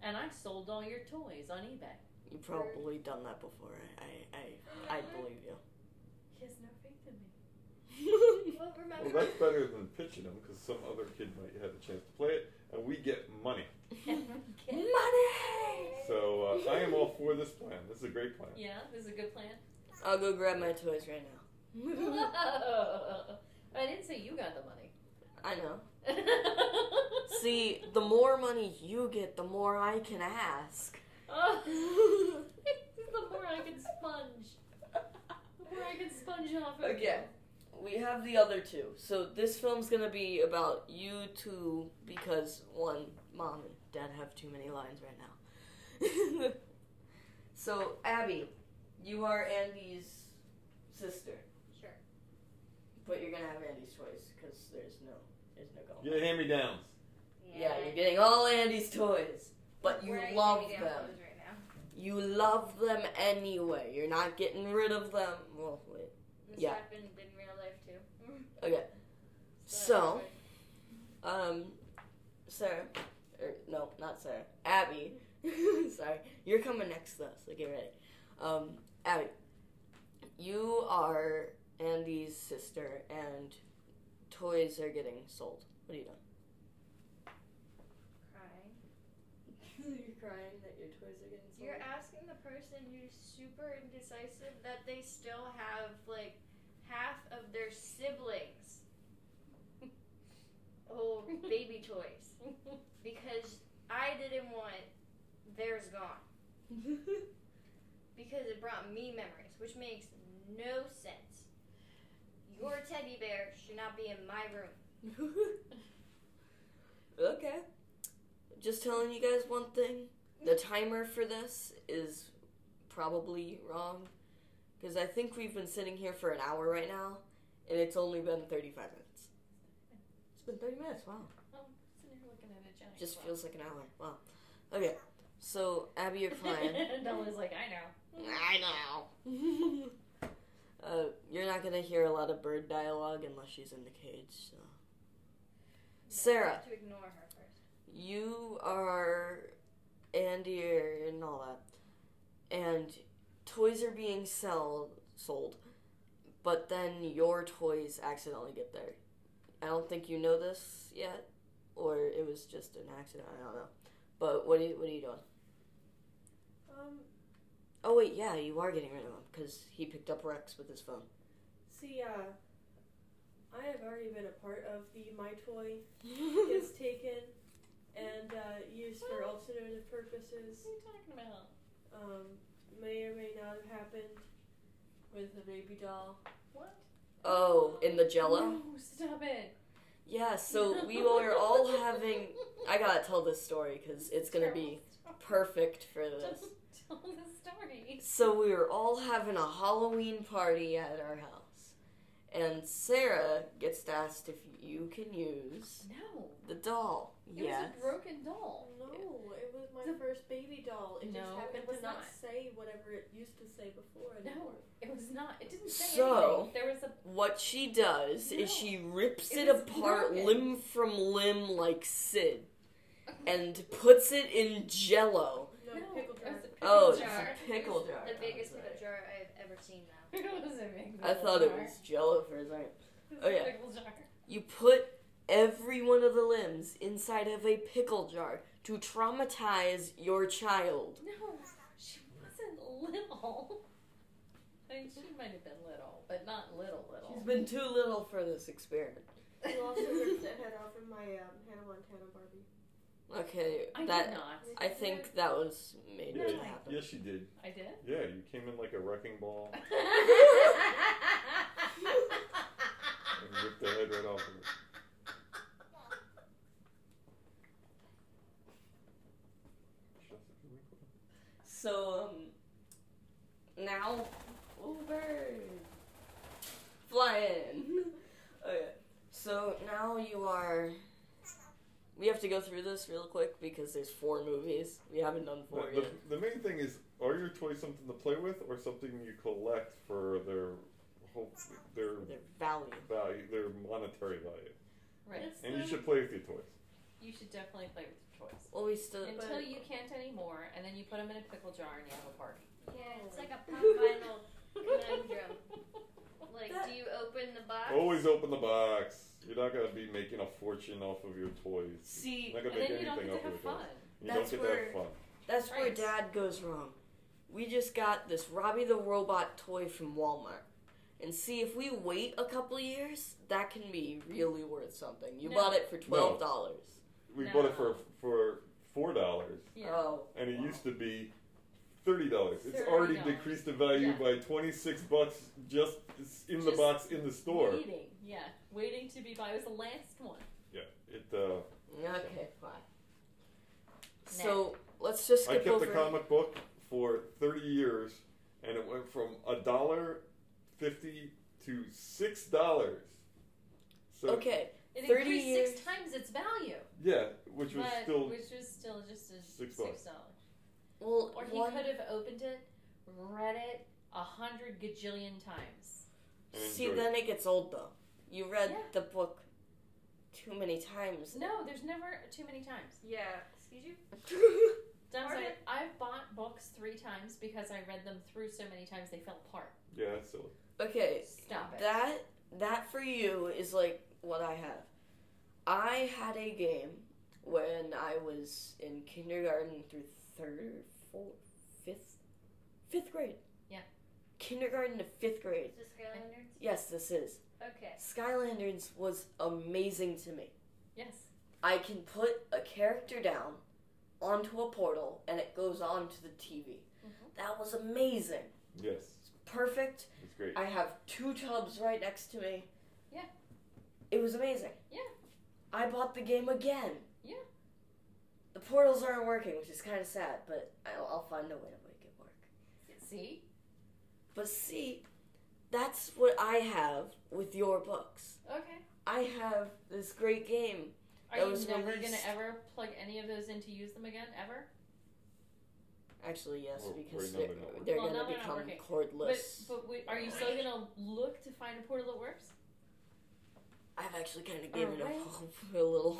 S2: and I sold all your toys on eBay?
S1: You've probably done that before. I I, I, I believe
S2: He has no faith in me.
S1: you.
S6: Well,
S3: Well,
S6: remember.
S3: that's better than pitching him because some other kid might have a chance to play it, and we get money.
S2: Okay.
S1: Money.
S3: So uh, I am all for this plan. This is a great plan.
S2: Yeah, this is a good plan.
S1: I'll go grab my toys right now.
S2: I didn't say you got the money.
S1: I know. See, the more money you get, the more I can ask.
S2: Oh, the more I can sponge. The more I can sponge off of you.
S1: Okay. we have the other two. So this film's gonna be about you two because one, mom and dad have too many lines right now. so Abby, you are Andy's sister,
S6: Sure.
S1: but you're gonna have Andy's toys because there's no, there's no going.
S3: Get hand me downs.
S1: Yeah, you're getting all Andy's toys, but you
S6: We're gonna
S1: love
S6: be down
S1: them.
S6: clothes Right now.
S1: You love them anyway. You're not getting rid of them. Well, wait.
S6: This
S1: Yeah.
S6: happened in real life too.
S1: So. Um, Sarah, or no, not Sarah, Abby. Sorry, you're coming next to us. So get ready. Um, Abby, you are Andy's sister, and toys are getting sold. What are you doing?
S6: Crying.
S4: You're crying that your toys are getting
S6: You're asking the person who's super indecisive that they still have like half of their siblings. Oh, baby toys. Because I didn't want theirs gone. Because it brought me memories, which makes no sense. Your teddy bear should not be in my room.
S1: Okay. Just telling you guys one thing. The timer for this is probably wrong. Because I think we've been sitting here for an hour right now, and it's only been 35 minutes. It's been 30 minutes, wow.
S2: Sitting here looking at a giant
S1: Just
S2: clock.
S1: feels like an hour. Wow. Okay, so Abby or Klein.
S2: Bella's like, I know.
S1: I know. uh, you're not gonna hear a lot of bird dialogue unless she's in the cage. So. Sarah,
S6: To ignore her first.
S1: you are Andy or- and all that, and toys are being sell sold, but then your toys accidentally get there. I don't think you know this yet, or it was just an accident. I don't know. But what are you, what are you doing?
S4: Um,
S1: Oh wait, yeah, you are getting rid of him because he picked up Rex with his phone.
S4: see, uh, I have already been a part of the My Toy is taken and uh, used for alternative purposes.
S2: What are you talking about?
S4: Um, may or may not have happened with the baby doll.
S2: What?
S1: oh, in the Jello.
S2: No, stop it.
S1: Yeah, so we were all having. I gotta tell this story because it's gonna be perfect for this.
S2: Tell the story.
S1: So we were all having a Halloween party at our house, and Sarah gets asked if you can use
S2: No.
S1: the doll.
S2: It
S1: yes.
S2: was a broken doll.
S4: No, it was my
S2: The-
S4: first baby doll. It
S2: No,
S4: just
S2: it
S4: happened
S2: was
S4: to not,
S2: not.
S4: say whatever it used to say before.
S2: No.
S4: anymore.
S2: It was not. It didn't say
S1: So-
S2: anything. There was a.
S1: What she does
S2: No.
S1: is she rips
S2: It
S1: it,
S2: was
S1: apart
S2: broken.
S1: limb from limb like Sid and puts it in jello.
S4: no,
S2: No,
S4: pickle
S2: it was
S4: jar.
S2: a pickle
S1: Oh, it's
S2: jar.
S1: a pickle jar.
S6: The biggest
S1: I'm sorry.
S6: pickle jar I've ever seen now.
S2: It was a big
S1: I
S2: pickle
S1: thought it
S2: jar.
S1: was jello for a second.
S2: It was
S1: oh,
S2: a
S1: yeah.
S2: pickle jar.
S1: You put every one of the limbs inside of a pickle jar to traumatize your child.
S2: No, she wasn't little. I mean, she might have been little, but not little little.
S1: She's been too little for this experiment.
S4: You also ripped the head off of my um, Hannah Montana Barbie.
S1: Okay,
S2: I did
S1: that
S2: not.
S1: I think that was made
S3: Yeah,
S1: to
S3: you-
S1: happen.
S3: yes, you did.
S2: I did.
S3: Yeah, you came in like a wrecking ball and ripped the head right off of it.
S1: So um, now over flying. okay, so now you are. We have to go through this real quick because there's four movies. We haven't done four
S3: The,
S1: yet.
S3: the, the main thing is, are your toys something to play with or something you collect for their whole, their
S1: Their value.
S3: value, their monetary value?
S2: Right.
S3: And you should play with your toys.
S2: You should definitely play with your toys.
S1: Well, we still.
S2: Until you can't anymore, and then you put them in a pickle jar and you have a party.
S6: Yeah, it's like a pop vinyl conundrum. Like, do you open the box?
S3: Always open the box. You're not gonna be making a fortune off of your toys.
S1: See,
S3: You're not
S2: And
S3: gonna make
S2: then you don't
S3: anything
S2: get
S3: off
S2: to
S3: of
S2: have
S3: your toys.
S2: fun.
S3: You
S1: That's
S3: don't get to have
S1: where-
S3: fun.
S1: that's where
S2: Right.
S1: Dad goes wrong. We just got this Robbie the Robot toy from Walmart. And see, if we wait a couple years, that can be really worth something. You
S2: No.
S1: bought it for
S3: No.
S1: $12.
S3: We
S2: No.
S3: bought it for for four dollars,
S2: Yeah.
S1: Oh.
S3: and it
S1: Wow.
S3: used to be thirty dollars. It's
S2: $30.
S3: already decreased the value
S2: Yeah.
S3: by twenty six bucks just in the
S2: Just
S3: box in the store.
S2: Waiting. Yeah. Waiting to be bought. It was the last one.
S3: Yeah, it. Uh,
S1: Okay, fine. So let's just
S3: I
S1: skip
S3: kept
S1: over.
S3: the comic book for thirty years, and it went from a dollar fifty to six dollars. So
S1: okay,
S2: It
S1: 30
S2: increased
S1: years.
S2: six times its value.
S3: yeah, which was
S2: but,
S3: still
S2: which was still just a six
S3: six bucks.
S2: dollars.
S1: well,
S2: Or he
S1: one,
S2: could have opened it, read it a hundred gajillion times.
S3: and
S1: see,
S3: enjoyed it.
S1: then it gets old though. You read
S2: Yeah.
S1: the book too many times.
S2: No, there's never too many times.
S6: Yeah. Excuse you?
S2: Dom's
S6: Or-
S2: like, I've bought books three times because I read them through so many times they fell apart.
S3: yeah, that's silly.
S1: okay,
S2: Stop it.
S1: That that for you is like what I have. I had a game when I was in kindergarten through third, fourth, fifth, fifth grade.
S2: Yeah.
S1: Kindergarten to fifth grade.
S6: Is this Skylanders?
S1: Yes, this is.
S6: Okay.
S1: Skylanders was amazing to me.
S2: yes.
S1: I can put a character down onto a portal and it goes on to the TV.
S2: Mhm.
S1: That was amazing.
S3: Yes,
S1: Perfect.
S3: it's great.
S1: I have two tubs right next to me.
S2: Yeah.
S1: It was amazing.
S2: Yeah.
S1: I bought the game again.
S2: Yeah.
S1: the portals aren't working, which is kind of sad, but I'll, I'll find a way to make it work.
S2: See?
S1: But see, that's what I have with your books.
S2: Okay.
S1: I have this great game.
S2: Are
S1: That
S2: you
S1: was
S2: never going
S1: released-
S2: to ever plug any of those in to use them again? Ever?
S1: Actually, yes,
S3: Well,
S1: because they're,
S3: right now they're not working.
S1: they're
S2: Well,
S1: going
S2: now
S1: to
S2: they're not
S1: become
S2: working.
S1: cordless.
S2: But, but wait, are you still going to look to find a portal that works?
S1: I've actually kind of given up
S2: Alright.
S1: hope for a little.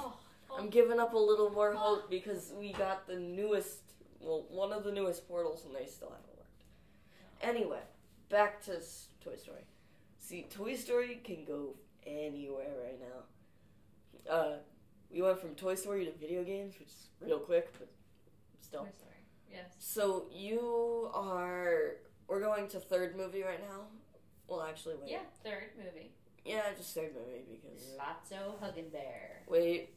S2: Oh,
S1: I'm giving up a little more hope because we got the newest, well, one of the newest portals, and they still haven't worked. Anyway, back to s- Toy Story. See, Toy Story can go anywhere right now. Uh, we went from Toy Story to video games, which is real quick, but still.
S2: I'm sorry. Yes.
S1: So you are. We're going to third movie right now. Well, actually, wait.
S2: Yeah, third movie.
S1: Yeah, just third movie because.
S2: Lotso Huggin' Bear.
S1: Wait.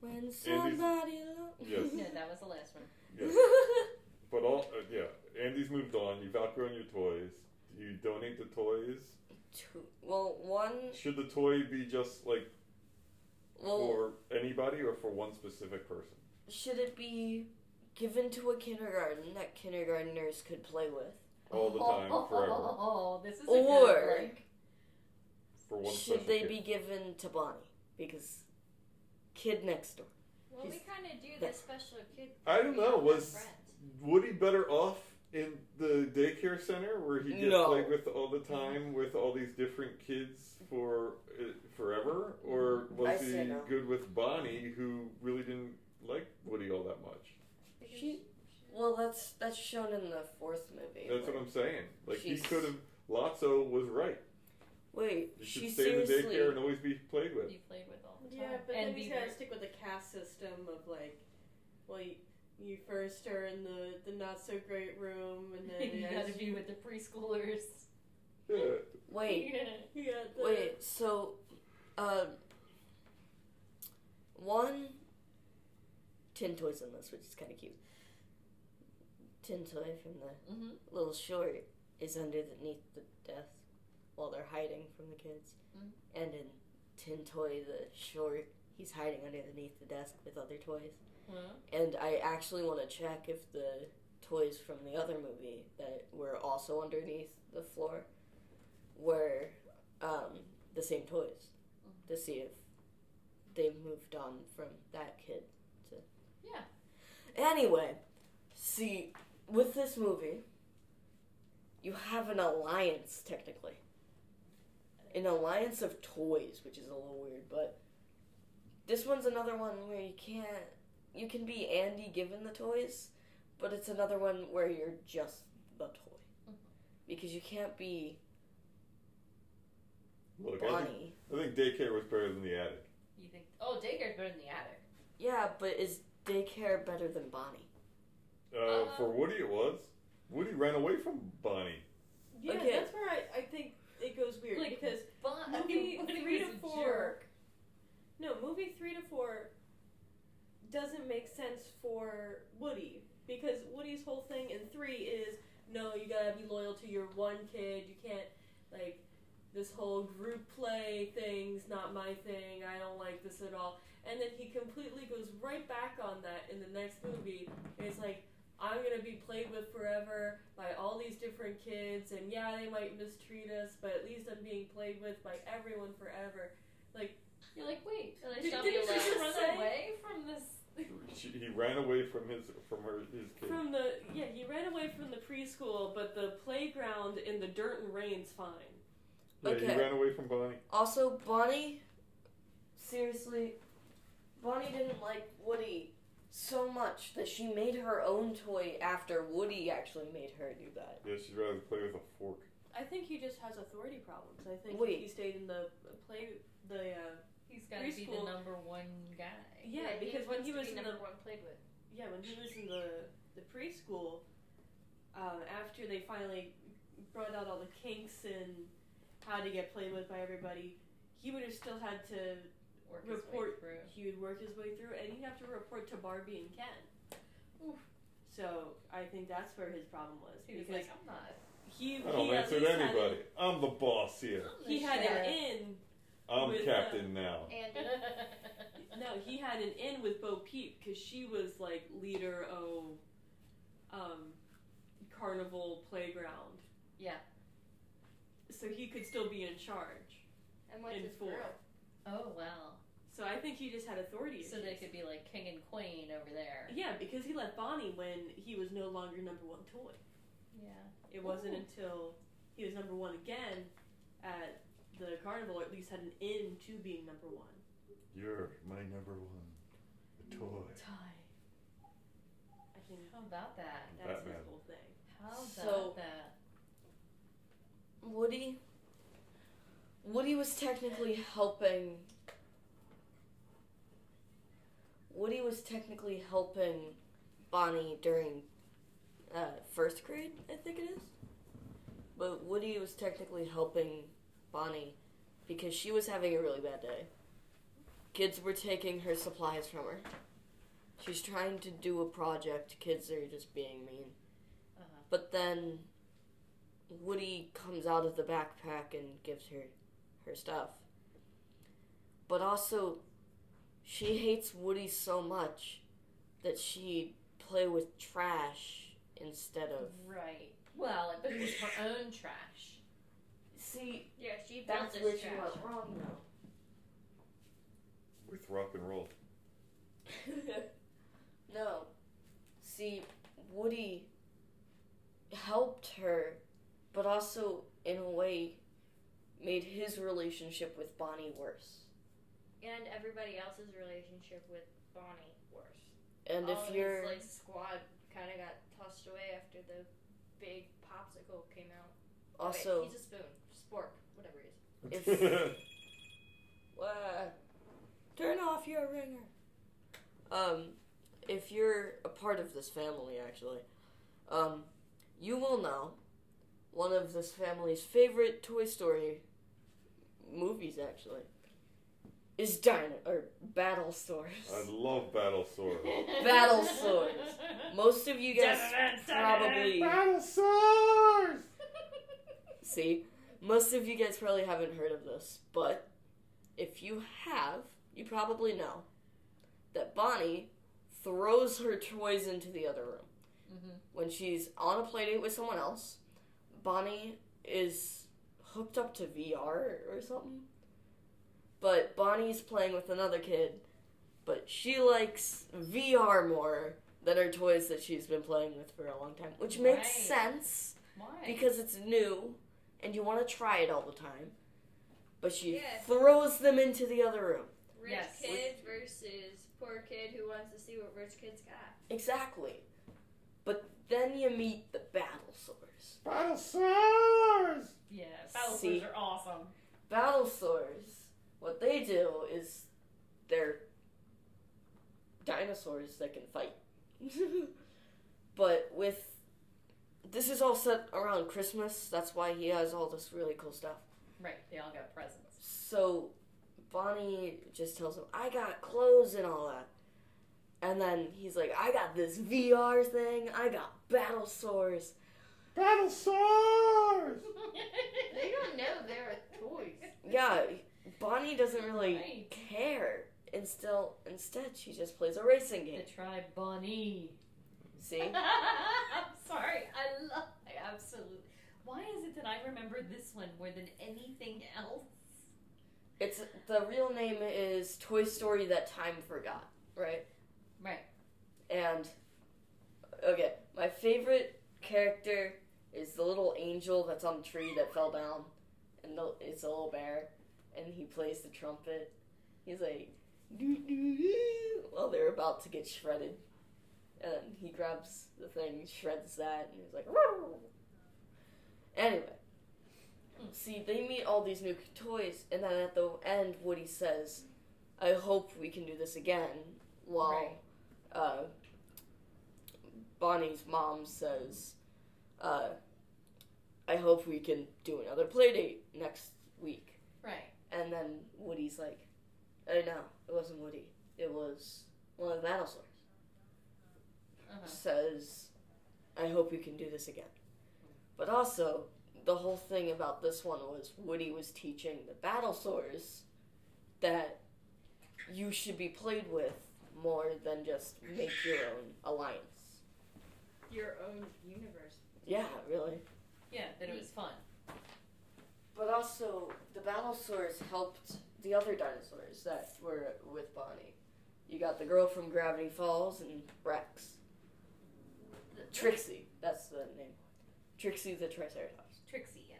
S1: When somebody. lo-
S3: Yes.
S2: No, that was the last one.
S3: Yes. But all, uh, yeah, Andy's moved on. You've outgrown your toys. You donate the toys.
S1: Two- well, one.
S3: Should the toy be just like
S1: Well,
S3: for anybody or for one specific person?
S1: should it be given to a kindergarten that kindergarteners could play with?
S3: All the time,
S2: oh,
S3: forever.
S2: this is a
S1: Or-
S2: good, like,
S3: For one
S1: should
S3: special
S1: they
S3: kid.
S1: be given to Bonnie? Because kid next door.
S6: Well, we
S1: He's-
S6: kind of do
S1: yeah.
S6: this special kid.
S3: I don't
S6: thing
S3: know,
S6: with
S3: was-
S6: friends.
S3: Would he better off in the daycare center where he gets
S1: No.
S3: played with all the time with all these different kids for uh, forever, or was
S1: I
S3: he
S1: say no.
S3: good with Bonnie, who really didn't like Woody all that much?
S6: Because
S1: She- Well, that's that's shown in the fourth movie.
S3: That's what I'm saying. Like
S1: She's-
S3: he could have. Lotso was right.
S1: Wait,
S3: You should
S1: she
S3: stay in the daycare
S1: seriously.
S3: and always be played with.
S2: you played with all the time.
S5: Yeah, but
S2: and
S5: then
S2: be
S5: he's got to
S2: very-
S5: stick with the caste system of like, well, you, you first are in the, the not so great room, and then
S2: you
S5: as
S2: gotta be with the preschoolers. Mm-hmm.
S3: Yeah.
S1: Wait,
S5: you got the
S1: wait. So, um, one tin toys in this, which is kind of cute. Tin toy from the
S2: hmm
S1: little short is underneath the desk while they're hiding from the kids.
S2: Mhm.
S1: And in Tin Toy the short, he's hiding underneath the desk with other toys.
S2: Huh?
S1: And I actually want to check if the toys from the other movie that were also underneath the floor were um, the same toys to see if they've moved on from that kid to.
S2: Yeah.
S1: Anyway, see, with this movie, you have an alliance, technically. An alliance of toys, which is a little weird, but this one's another one where you can't. You can be Andy given the toys, but it's another one where you're just the toy.
S2: Mhm.
S1: Because you can't be
S3: Look, I think,
S1: Bonnie.
S3: I think daycare was better than the attic.
S2: You think? Oh, daycare's better than the attic.
S1: Yeah, but is daycare better than Bonnie?
S3: Uh,
S2: Uh,
S3: for Woody, it was. Woody ran away from Bonnie.
S5: yeah.
S1: okay.
S5: That's where I, I think it goes weird
S2: Like-
S5: because
S2: But
S5: movie
S2: Woody
S5: three
S2: was
S5: to
S2: a
S5: four
S2: jerk.
S5: no movie three to four doesn't make sense for Woody because Woody's whole thing in three is no, you gotta be loyal to your one kid. You can't like this whole group play thing's not my thing. I don't like this at all. And then he completely goes right back on that in the next movie. And it's like, I'm gonna be played with forever by all these different kids, and yeah, they might mistreat us, but at least I'm being played with by everyone forever.
S2: You're like, wait, and I
S5: Did-
S2: shall be
S5: didn't she
S2: allowed to
S5: just
S2: run
S5: say-
S2: away from this.
S3: She, he ran away from his from her his kid.
S5: From the yeah, he ran away from the preschool, but the playground in the dirt and rain's fine.
S3: yeah,
S1: okay.
S3: he ran away from Bonnie.
S1: Also, Bonnie, seriously, Bonnie didn't like Woody so much that she made her own toy after Woody actually made her do that.
S3: Yeah, she'd rather play with a fork.
S5: I think he just has authority problems. I think
S1: Wait.
S5: if he stayed in the play the uh,
S2: He's gotta be the
S5: Preschool.
S2: number one guy.
S5: yeah, because when he was in
S6: number
S5: the
S6: one played with,
S5: yeah when he was in the the preschool, um, after they finally brought out all the kinks and how to get played with by everybody, he would have still had to
S2: Work his
S5: Report-
S2: way
S5: he would work his way through, and he'd have to report to Barbie and Ken.
S2: Oof.
S5: So I think that's where his problem was
S2: through. He was
S5: because
S2: like, I'm not.
S5: he
S3: I don't
S5: he at
S3: answer to
S5: least had an-
S3: anybody. I'm the boss here.
S2: I'm the
S5: he had
S2: sheriff.
S5: it in.
S3: I'm
S5: With, uh,
S3: captain now.
S6: and
S4: No, he had an in with Bo Peep because she was like leader of um, carnival playground.
S2: Yeah.
S4: So he could still be in charge.
S6: And what's
S4: In
S6: his
S4: four.
S6: girl?
S2: Oh wow.
S4: So I think he just had authority.
S2: So they
S4: issues.
S2: could be like king and queen over there.
S4: Yeah, because he left Bonnie when he was no longer number one toy.
S2: Yeah.
S4: It wasn't
S2: Ooh.
S4: until he was number one again at the carnival, or at least had an in to being number one.
S3: You're my number one. A toy.
S2: Tie.
S4: I think
S2: How about that?
S4: that's his
S3: Batman.
S4: whole thing.
S2: How about
S1: So-
S2: that?
S1: Woody. Woody was technically helping. Woody was technically helping Bonnie during uh, first grade, I think it is. But Woody was technically helping Bonnie because she was having a really bad day. Kids were taking her supplies from her. She's trying to do a project, kids are just being mean.
S2: Uh-huh.
S1: But then Woody comes out of the backpack and gives her her stuff. But also, she hates Woody so much that she play with trash instead of.
S2: Right. Well, but it was her own trash.
S1: See,
S6: Yeah, she built this trash.
S1: wrong though.
S3: With rock and roll.
S1: no, see, Woody helped her, but also in a way made his relationship with Bonnie worse.
S6: And everybody else's relationship with Bonnie worse.
S1: And
S6: All
S1: if
S6: of
S1: you're
S6: his, Oh, like squad kind of got tossed away after the big popsicle came out.
S1: also
S6: Wait, he's a spoon, spork, whatever he is.
S1: If- Uh, turn off your ringer. Um, if you're a part of this family, actually, um, you will know one of this family's favorite Toy Story movies, actually, is Dino or Battle
S3: I
S1: Source.
S3: love battle swords.
S1: Battle swords. Most of you guys probably
S3: battle swords.
S1: see. Most of you guys probably haven't heard of this, but if you have, you probably know that Bonnie throws her toys into the other room.
S2: Mm-hmm.
S1: When she's on a playdate with someone else, Bonnie is hooked up to VR or something. But Bonnie's playing with another kid, but she likes VR more than her toys that she's been playing with for a long time, which makes
S2: Right.
S1: sense
S2: Why?
S1: because it's new and you want to try it all the time. But she
S6: Yeah.
S1: throws them into the other room.
S6: Rich
S2: Yes.
S6: kid versus poor kid who wants to see what rich kids got.
S1: Exactly. But then you meet the battle sores.
S3: Battle swords.
S2: yeah, battle
S1: See?
S2: swords are awesome.
S1: Battle sores, what they do is they're dinosaurs that can fight. but with this is all set around Christmas, that's why he has all this really cool stuff.
S2: Right. They all got presents.
S1: So Bonnie just tells him, I got clothes and all that. And then he's like, I got this VR thing, I got battle sores.
S3: Battle swords.
S6: They don't know they're toys.
S1: Yeah, Bonnie doesn't really
S2: Right.
S1: care. And still, instead, she just plays a racing
S2: The
S1: game.
S2: tribe Bonnie.
S1: See?
S2: I'm sorry. I love. I absolutely. Why is it that I remember this one more than anything else?
S1: It's the real name is Toy Story That Time Forgot, right?
S2: Right.
S1: And okay, my favorite character is the little angel that's on the tree that fell down, and the, it's a little bear, and he plays the trumpet. He's like, doo doo doo, while they're about to get shredded, and then he grabs the thing, shreds that, and he's like, Whoa! anyway. See, they meet all these new toys, and then at the end, Woody says, "I hope we can do this again." While
S2: Right.
S1: uh, Bonnie's mom says, uh, I hope we can do another playdate next week.
S2: Right.
S1: And then Woody's like, oh no, it wasn't Woody. It was one of the dinosaurs.
S2: Uh-huh.
S1: Says, I hope we can do this again. But also, the whole thing about this one was Woody was teaching the battle sores that you should be played with more than just make your own alliance.
S6: Your own universe.
S1: Yeah, really.
S2: Yeah, that it was fun.
S1: But also, the Battlesaurs helped the other dinosaurs that were with Bonnie. You got the girl from Gravity Falls and Rex. Trixie, that's the name. Trixie the Triceratops.
S2: Trixie, yeah.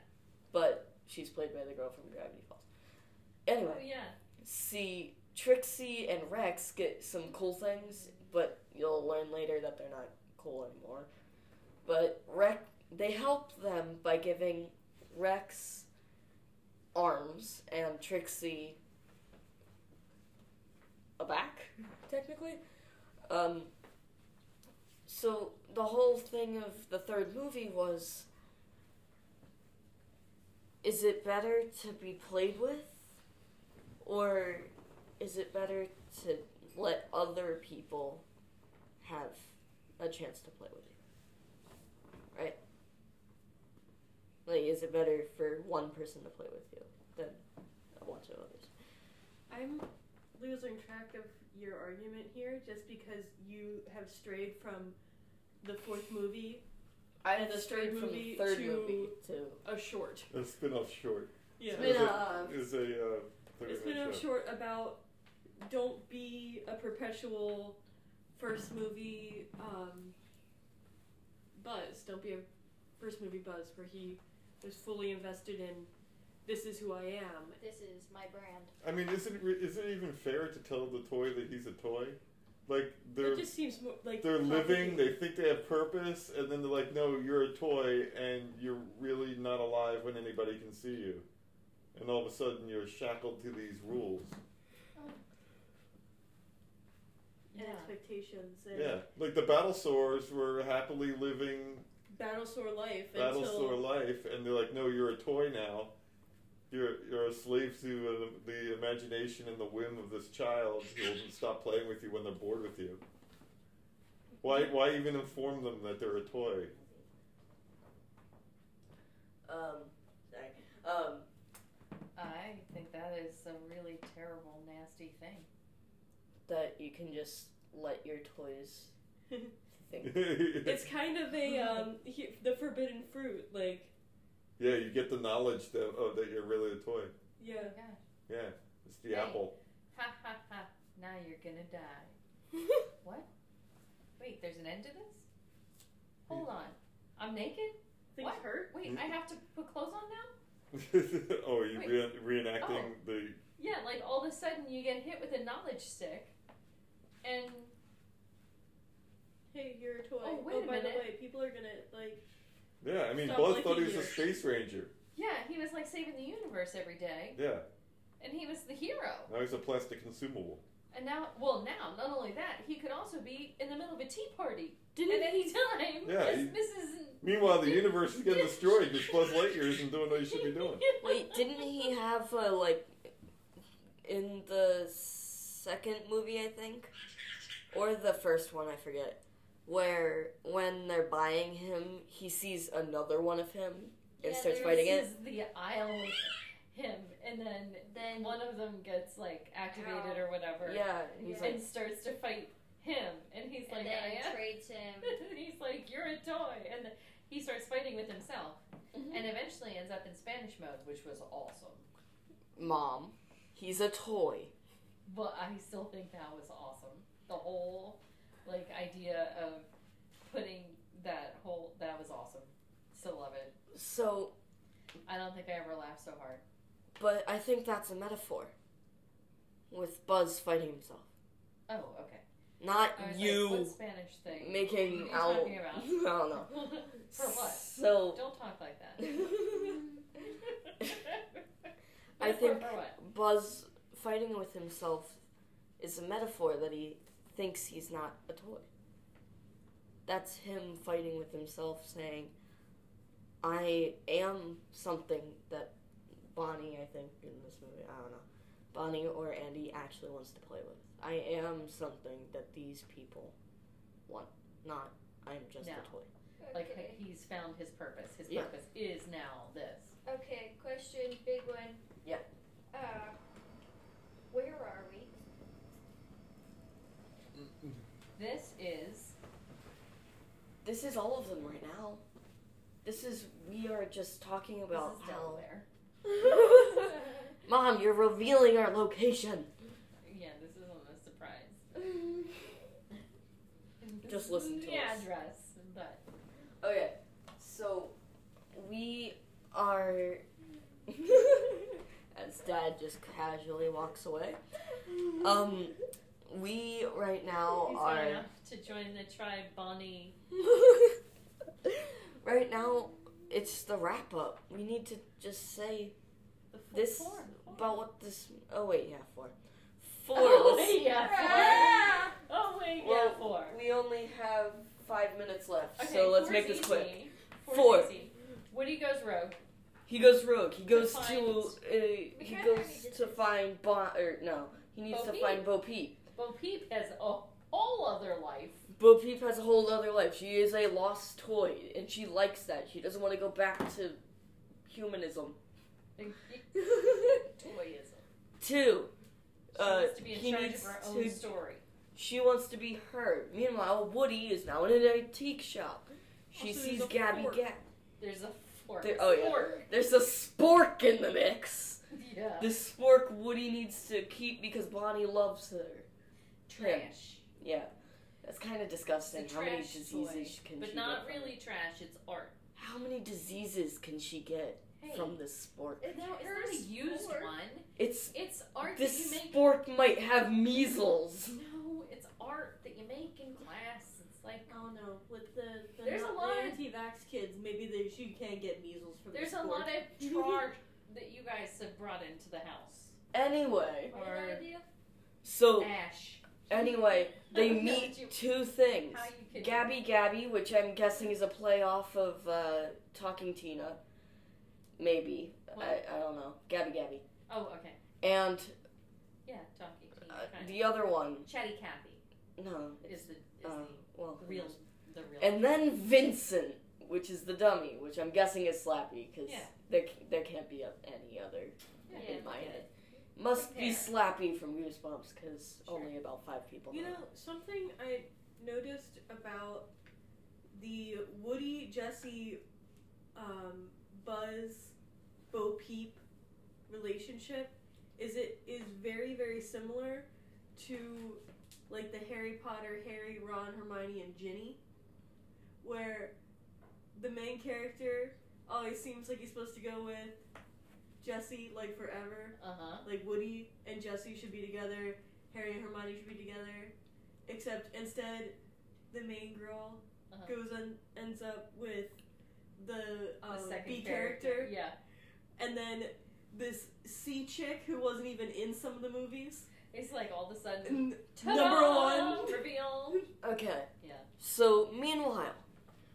S1: But she's played by the girl from Gravity Falls.
S2: Oh,
S1: Anyway,
S2: yeah.
S1: see, Trixie and Rex get some cool things, but you'll learn later that they're not cool anymore. But Rex, they help them by giving Rex arms and Trixie a back, technically. Um, so the whole thing of the third movie was is it better to be played with or is it better to let other people have a chance to play with you? Right? Like, is it better for one person to play with you than a bunch of others?
S4: I'm losing track of your argument here just because you have strayed from the fourth movie,
S1: I
S4: And the
S1: strayed
S4: third
S1: from the
S4: movie
S1: third
S4: to-
S1: movie to
S4: a short.
S3: A spin off short.
S4: Yeah.
S1: Spin-
S3: Is a-
S1: Spin-off.
S3: Is a, uh, 30
S4: It's been
S3: minute
S4: a
S3: show.
S4: short about don't be a perpetual first movie um, buzz. Don't be a first movie buzz where he was fully invested in this is who I am.
S6: This is my brand.
S3: I mean, is it, re- is it even fair to tell the toy that he's a toy? Like, they're,
S4: It just seems more like
S3: they're living,
S4: complicated.
S3: they think they have purpose, and then they're like, no, you're a toy, and you're really not alive when anybody can see you. And all of a sudden, you're shackled to these rules.
S4: and
S2: Yeah.
S4: expectations and
S3: Yeah. Like, the Battlesaurs were happily living
S4: battle sore life until
S3: Battlestar life, and they're like, no, you're a toy now. You're, you're a slave to uh, the imagination and the whim of this child who will stop playing with you when they're bored with you. Why, why even inform them that they're a toy?
S1: Um, sorry. Um,
S2: I think that is a really terrible, nasty thing.
S1: that you can just let your toys think.
S3: yeah,
S4: it's kind of a um he, the forbidden fruit like
S3: you get the knowledge that, oh, that you're really a toy.
S4: yeah
S2: Yeah.
S3: Yeah, it's the
S2: Hey.
S3: apple.
S2: Ha ha ha. Now you're gonna die. What? Wait, there's an end to this? Hold on. I'm naked?
S4: things
S2: What?
S4: hurt
S2: Wait, I have to put clothes on now?
S3: oh, are you re- reenacting
S2: Oh.
S3: the.
S2: Yeah, like all of a sudden you get hit with a knowledge stick and
S4: hey you're a toy
S2: Oh, wait a
S4: by the
S2: minute.
S4: way people are gonna like
S3: Yeah, I mean,
S4: Stop
S3: Buzz thought he
S4: licking
S3: was a
S4: your-
S3: space ranger.
S2: yeah, he was like saving the universe every day
S3: Yeah,
S2: and he was the hero.
S3: now he's a plastic consumable.
S2: And now, well, now, not only that, he could also be in the middle of a tea party
S4: didn't
S2: at any time.
S3: Yeah,
S2: Because
S3: he-
S2: Mrs.
S3: Meanwhile, the universe is getting destroyed because Buzz Lightyear isn't doing what he should be doing.
S1: Wait, didn't he have, uh, like, in the second movie, I think? Or the first one, I forget. Where, when they're buying him, he sees another one of him and
S2: Yeah,
S1: starts
S2: there
S1: fighting it?
S2: was his- The aisle with him, and then
S6: Then
S2: one of them gets like activated or whatever,
S1: Yeah, and he's
S6: Yeah.
S1: like,
S2: and starts to fight him, and he's
S6: and
S2: like,
S6: then
S2: I am.
S6: trades him.
S2: and he's like, you're a toy, and then he starts fighting with himself,
S1: Mhm.
S2: and eventually ends up in Spanish mode, which was awesome.
S1: Mom, he's a toy.
S2: But I still think that was awesome. The whole like idea of putting that whole that was awesome. Still love it.
S1: So,
S2: I don't think I ever laughed so hard.
S1: but I think that's a metaphor. With Buzz fighting himself.
S2: Oh, okay.
S1: Not
S2: I was
S1: you
S2: like, what Spanish thing?
S1: making
S2: What
S1: out. Oh.
S2: are you
S1: I
S2: talking
S1: don't know.
S2: For what?
S1: So,
S2: Don't talk like that.
S1: I think-
S2: For what?
S1: Buzz fighting with himself is a metaphor that he thinks he's not a toy. That's him fighting with himself, saying, I am something that Bonnie, I think, in this movie, I don't know, Bonnie or Andy actually wants to play with. I am something that these people want, not I'm just
S2: No.
S1: a toy.
S2: Like
S6: Okay.
S2: he's found his purpose. His
S1: Yeah.
S2: purpose is now this.
S6: Okay, question, big one.
S1: Yeah.
S6: Uh, where are we?
S1: This is all of them right now. This is we are just talking about
S2: this is
S1: how
S2: Delaware.
S1: Mom, you're revealing our location.
S2: Yeah, this is almost a surprise.
S1: Just listen to
S2: the
S1: us.
S2: address, but
S1: Okay, so we are. as Dad just casually walks away. Um, we right now
S2: he's
S1: are.
S2: gone off to join the tribe Bonnie.
S1: right now, it's the wrap up. We need to just say
S2: The f-
S1: This-
S2: four, four.
S1: about what this. Oh wait, yeah, four. Four.
S2: Oh
S1: let's-
S2: wait, yeah,
S6: Ah!
S2: four. Oh wait, yeah,
S1: Well,
S2: four.
S1: We only have five minutes left,
S2: Okay,
S1: so let's
S2: four's
S1: make this
S2: easy.
S1: quick.
S2: Four's
S1: Four.
S2: easy. Woody goes rogue.
S1: He goes rogue. He goes to
S2: find-
S1: uh, he
S6: Because I already
S1: goes
S6: did
S1: to
S6: this.
S1: find Bon or no. He needs
S2: Bo
S1: to
S2: Peep.
S1: find Bo Peep.
S2: Bo Peep has a whole other life.
S1: Bo Peep has a whole other life. She is a lost toy, and she likes that. She doesn't want to go back to humanism.
S2: Toyism.
S1: Two,
S2: She
S1: Uh,
S2: wants to be in
S1: he
S2: charge of
S1: needs
S2: her own
S1: to-
S2: story.
S1: she wants to be heard. Meanwhile, Woody is now in an antique shop. She
S4: Also,
S1: sees
S4: there's a
S1: Gabby
S4: fork.
S1: Gap.
S2: There's a fork.
S1: There- oh, yeah. There's a spork in the mix.
S2: yeah. Yeah.
S1: This spork Woody needs to keep because Bonnie loves her.
S2: Trash.
S1: Yeah, that's kind of disgusting.
S2: It's a
S1: How many
S2: trash
S1: diseases can
S2: But
S1: she
S2: not
S1: get from
S2: really trash, it's art.
S1: it? How many diseases can she get
S2: Hey,
S1: from this sport?
S6: It's
S2: no,
S6: her
S2: it's not a used
S6: sport.
S2: one.
S1: It's
S2: It's art that
S1: this
S2: you make.
S1: sport might have measles.
S2: No, it's art that you make in class. It's like
S5: I don't know. With the, the
S2: There's a
S5: not- the
S2: lot of-
S5: anti-vax kids, maybe they she can get measles from.
S2: there's
S5: the
S2: a
S5: sport.
S2: lot of charge that you guys have brought into the house.
S1: Anyway,
S6: What did I do?
S1: so
S2: Ash.
S1: Oh. anyway, they
S2: How
S1: meet
S2: you-
S1: two things.
S2: How you could
S1: Gabby Gabby, which I'm guessing is a play off of uh, Talking Tina, maybe. I,
S2: What?
S1: I don't know. Gabby Gabby,
S2: Oh, okay.
S1: and
S2: Yeah, talking to you.
S1: uh,
S2: kind
S1: the other one.
S2: of. Chatty Cathy
S1: No,
S2: is the is
S1: uh, well,
S2: the real the real.
S1: And then Vincent, which is the dummy, which I'm guessing is Slappy, because
S2: Yeah.
S1: there, c- there can't be a- any other
S2: Yeah,
S1: in my
S2: yeah.
S1: head. Must be
S2: Compare.
S1: Slappy from Goosebumps, because
S2: Sure.
S1: only about five people
S5: You
S1: know.
S5: know something I noticed about the Woody Jesse, um, Buzz, Bo Peep relationship is it is very very similar to like the Harry Potter Harry Ron Hermione and Ginny, where the main character always seems like he's supposed to go with Jesse like forever
S2: Uh huh.
S5: like Woody and Jesse should be together, Harry and Hermione should be together, except instead the main girl
S2: Uh-huh.
S5: goes and ends up with the, um,
S2: The second
S5: B
S2: character.
S5: character,
S2: Yeah.
S5: and then this C chick who wasn't even in some of the movies.
S2: It's like all of a sudden.
S5: N-
S2: ta-da!
S5: Number one.
S2: reveal.
S1: Okay.
S2: Yeah.
S1: So, meanwhile,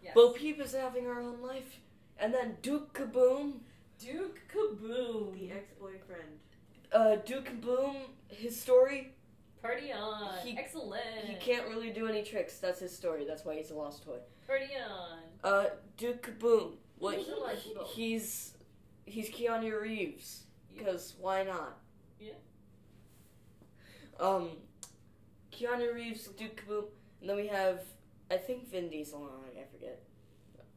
S2: Yes.
S1: Bo Peep is having her own life, and then Duke Kaboom,
S2: Duke Kaboom.
S5: the ex boyfriend.
S1: uh, Duke Kaboom, his story,
S2: Party on.
S1: He-
S2: Excellent.
S1: he can't really do any tricks. That's his story. That's why he's a lost toy.
S2: Party on.
S1: Uh, Duke Kaboom, what
S2: He's delightful.
S1: he's, he's Keanu Reeves. Because why not?
S2: Yeah.
S1: Um, Keanu Reeves, Duke Kaboom, and then we have, I think Vin Diesel on it, I forget.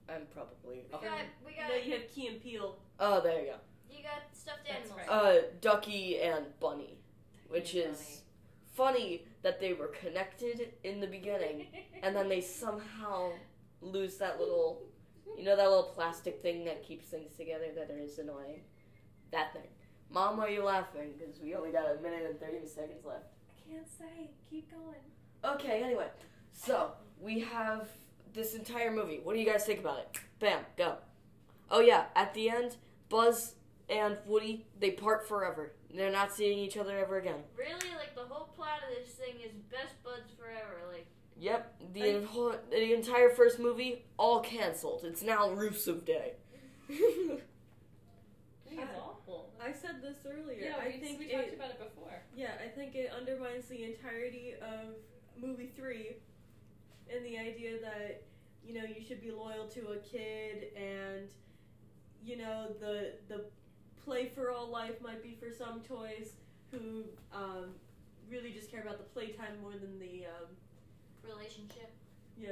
S1: I'm probably.
S6: We got, we got,
S5: Now you have Key and Peele.
S1: Oh, there you
S6: you got stuffed
S2: That's
S6: animals.
S2: right.
S1: go. Uh, Ducky and Bunny, which
S2: He's
S1: is funny that they were connected in the beginning,
S2: funny.
S1: and then they somehow lose that little, you know, that little plastic thing that keeps things together that is annoying. That thing. Mom, why are you laughing? Because we only got a minute and thirty seconds left.
S2: I can't say. Keep going.
S1: Okay, anyway. So, we have this entire movie. What do you guys think about it? Bam, go. Oh, yeah, at the end, Buzz and Woody, they part forever. They're not seeing each other ever again.
S6: Really, like the whole plot of this thing is best buds forever. Like,
S1: Yep, the, whole, the entire first movie, all canceled. It's now Rusev Day.
S2: I think it's awful.
S5: I said this earlier.
S2: yeah,
S5: I
S2: we,
S5: think
S2: we
S5: it,
S2: talked about it before.
S5: Yeah, I think it undermines the entirety of movie three and the idea that, you know, you should be loyal to a kid and you know, the the play for all life might be for some toys who um, really just care about the playtime more than the um,
S6: relationship.
S5: yeah.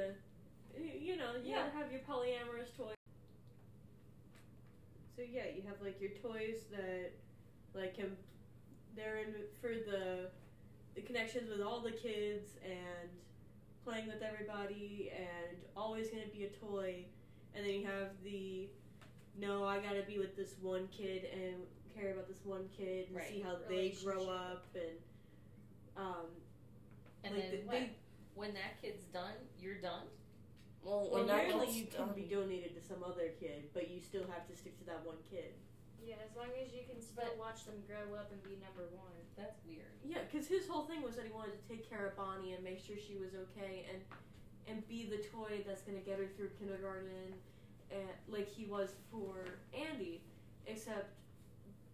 S5: you know, you
S4: Yeah.
S5: gotta have your polyamorous toys. So yeah, you have like your toys that like can they're in for the the connections with all the kids and playing with everybody and always gonna be a toy. And then you have the no, I gotta be with this one kid and care about this one kid and
S2: Right.
S5: see how they grow
S6: Relationship.
S5: up and um
S2: And
S5: like
S2: then
S5: the-
S2: what?
S5: they-
S2: when that kid's done, you're done.
S1: Well,
S5: Well,
S1: when that
S5: apparently
S1: gets
S5: you can
S1: done-
S5: be donated to some other kid, but you still have to stick to that one kid.
S6: Yeah, as long as you can still
S2: But-
S6: watch them grow up and be number one.
S2: That's weird.
S5: Yeah, because his whole thing was that he wanted to take care of Bonnie and make sure she was okay, and and be the toy that's gonna get her through kindergarten, and like he was for Andy, except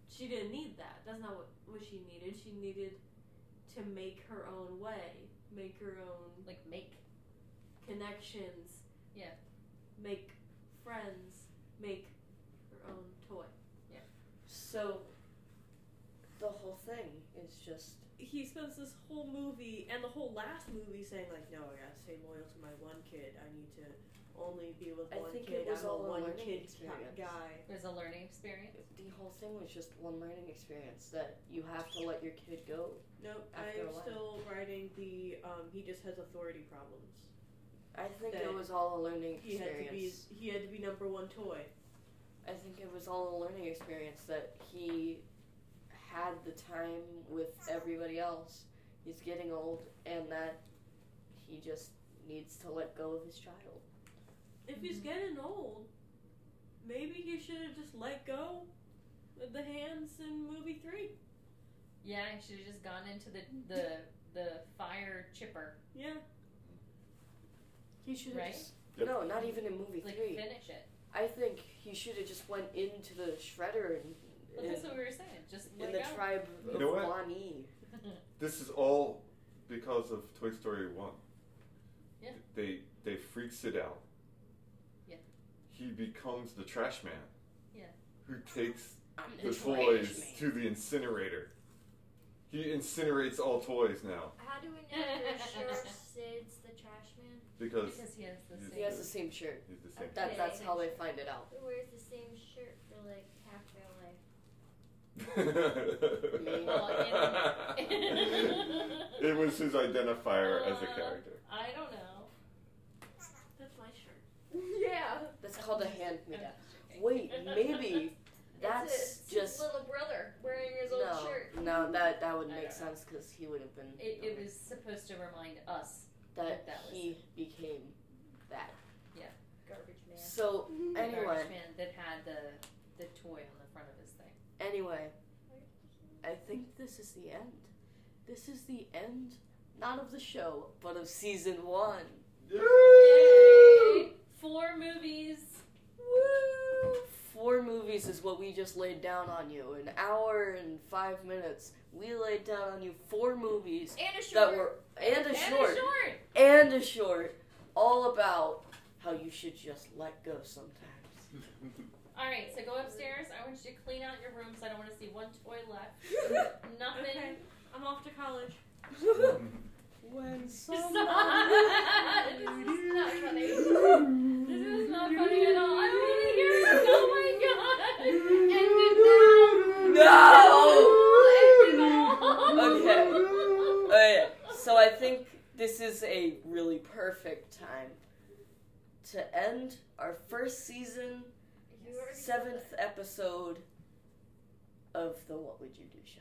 S5: she didn't need that. That's not what, what she needed. She needed to make her own way, make her own
S2: Like make.
S5: connections.
S2: Yeah.
S5: Make friends. Make her own toy.
S1: So, the whole thing is just
S5: he spends this whole movie and the whole last movie saying like, "No, I gotta stay loyal to my one kid. I need to only be with
S1: I
S5: one
S1: think
S5: kid.
S1: it was
S5: I'm
S1: all a
S5: a one
S1: learning
S5: kid
S1: experience.
S5: guy."
S2: It was a learning experience.
S1: the whole thing was just one learning experience that you have to let your kid go.
S5: Nope,
S1: After a
S5: I'm
S1: while.
S5: still writing the. Um, he just has authority problems.
S1: I think
S5: That
S1: it was all a learning
S5: He had to be.
S1: experience.
S5: He had to be number one toy.
S1: I think it was all a learning experience that he had the time with everybody else. He's getting old, and that he just needs to let go of his child.
S5: If he's getting old, maybe he should have just let go of the hands in movie three.
S2: Yeah, I should have just gone into the the the fire chipper.
S5: Yeah.
S1: He should
S2: Right?
S1: just
S3: Yep.
S1: no, not even in movie
S2: Like
S1: three.
S2: finish it.
S1: I think he should have just went into the shredder and.
S2: But
S1: and-
S2: that's what we were saying. Just
S1: in
S2: let
S1: the
S2: go.
S1: tribe
S3: You
S1: of
S3: know what?
S1: Bonnie.
S3: This is all because of Toy Story One.
S2: Yeah.
S3: They they freaks it out.
S2: Yeah.
S3: He becomes the trash man.
S2: Yeah.
S3: Who takes
S1: I'm
S3: the toys to the incinerator. He incinerates all toys now
S6: How do we know for sure Sid's the trash man?
S3: because
S2: because he has the
S3: He
S1: He
S2: same.
S1: has the same shirt.
S3: he's the same.
S1: That,
S6: Yeah,
S1: that's
S6: yeah,
S1: how they find it out.
S6: Who wears the same shirt for like half their life?
S3: it was his identifier as a character.
S2: I don't know.
S5: That's my shirt.
S2: Yeah.
S1: That's called a hand me down.
S2: down.
S1: Wait, maybe
S6: it's
S1: that's
S6: Sid's
S1: just
S6: little brother wearing his old
S1: no,
S6: shirt.
S1: no. That that would
S2: I
S1: make
S2: don't know.
S1: sense because he would have been
S2: It, it was supposed to remind us
S1: that,
S2: that was
S1: he became that.
S6: Garbage man.
S1: So
S2: the
S1: Anyway.
S2: garbage man that had the the toy on the front of his thing.
S1: anyway, I think this is the end. This is the end, not of the show, but of season one.
S2: Yay! Four movies.
S1: Woo! Four movies is what we just laid down on you. An hour and five minutes. We laid down on you four movies
S6: And a shirt.
S1: that were and a
S2: and
S1: short
S2: a short.
S1: and a short, all about how you should just let go sometimes.
S2: All right, so go upstairs. I want you to clean out your room, so I don't want to see one toy left. Nothing.
S5: Okay, I'm off to college.
S1: when
S6: Oh,
S2: Stop.
S1: Oh, somebody-
S2: this is not funny. This is not funny at all. I don't want to hear it. Oh my god. End it Oh now. End it all.
S1: Okay, so I think this is a really perfect time to end our first season,
S6: You already said
S1: seventh
S6: that.
S1: episode of the What Would You Do show.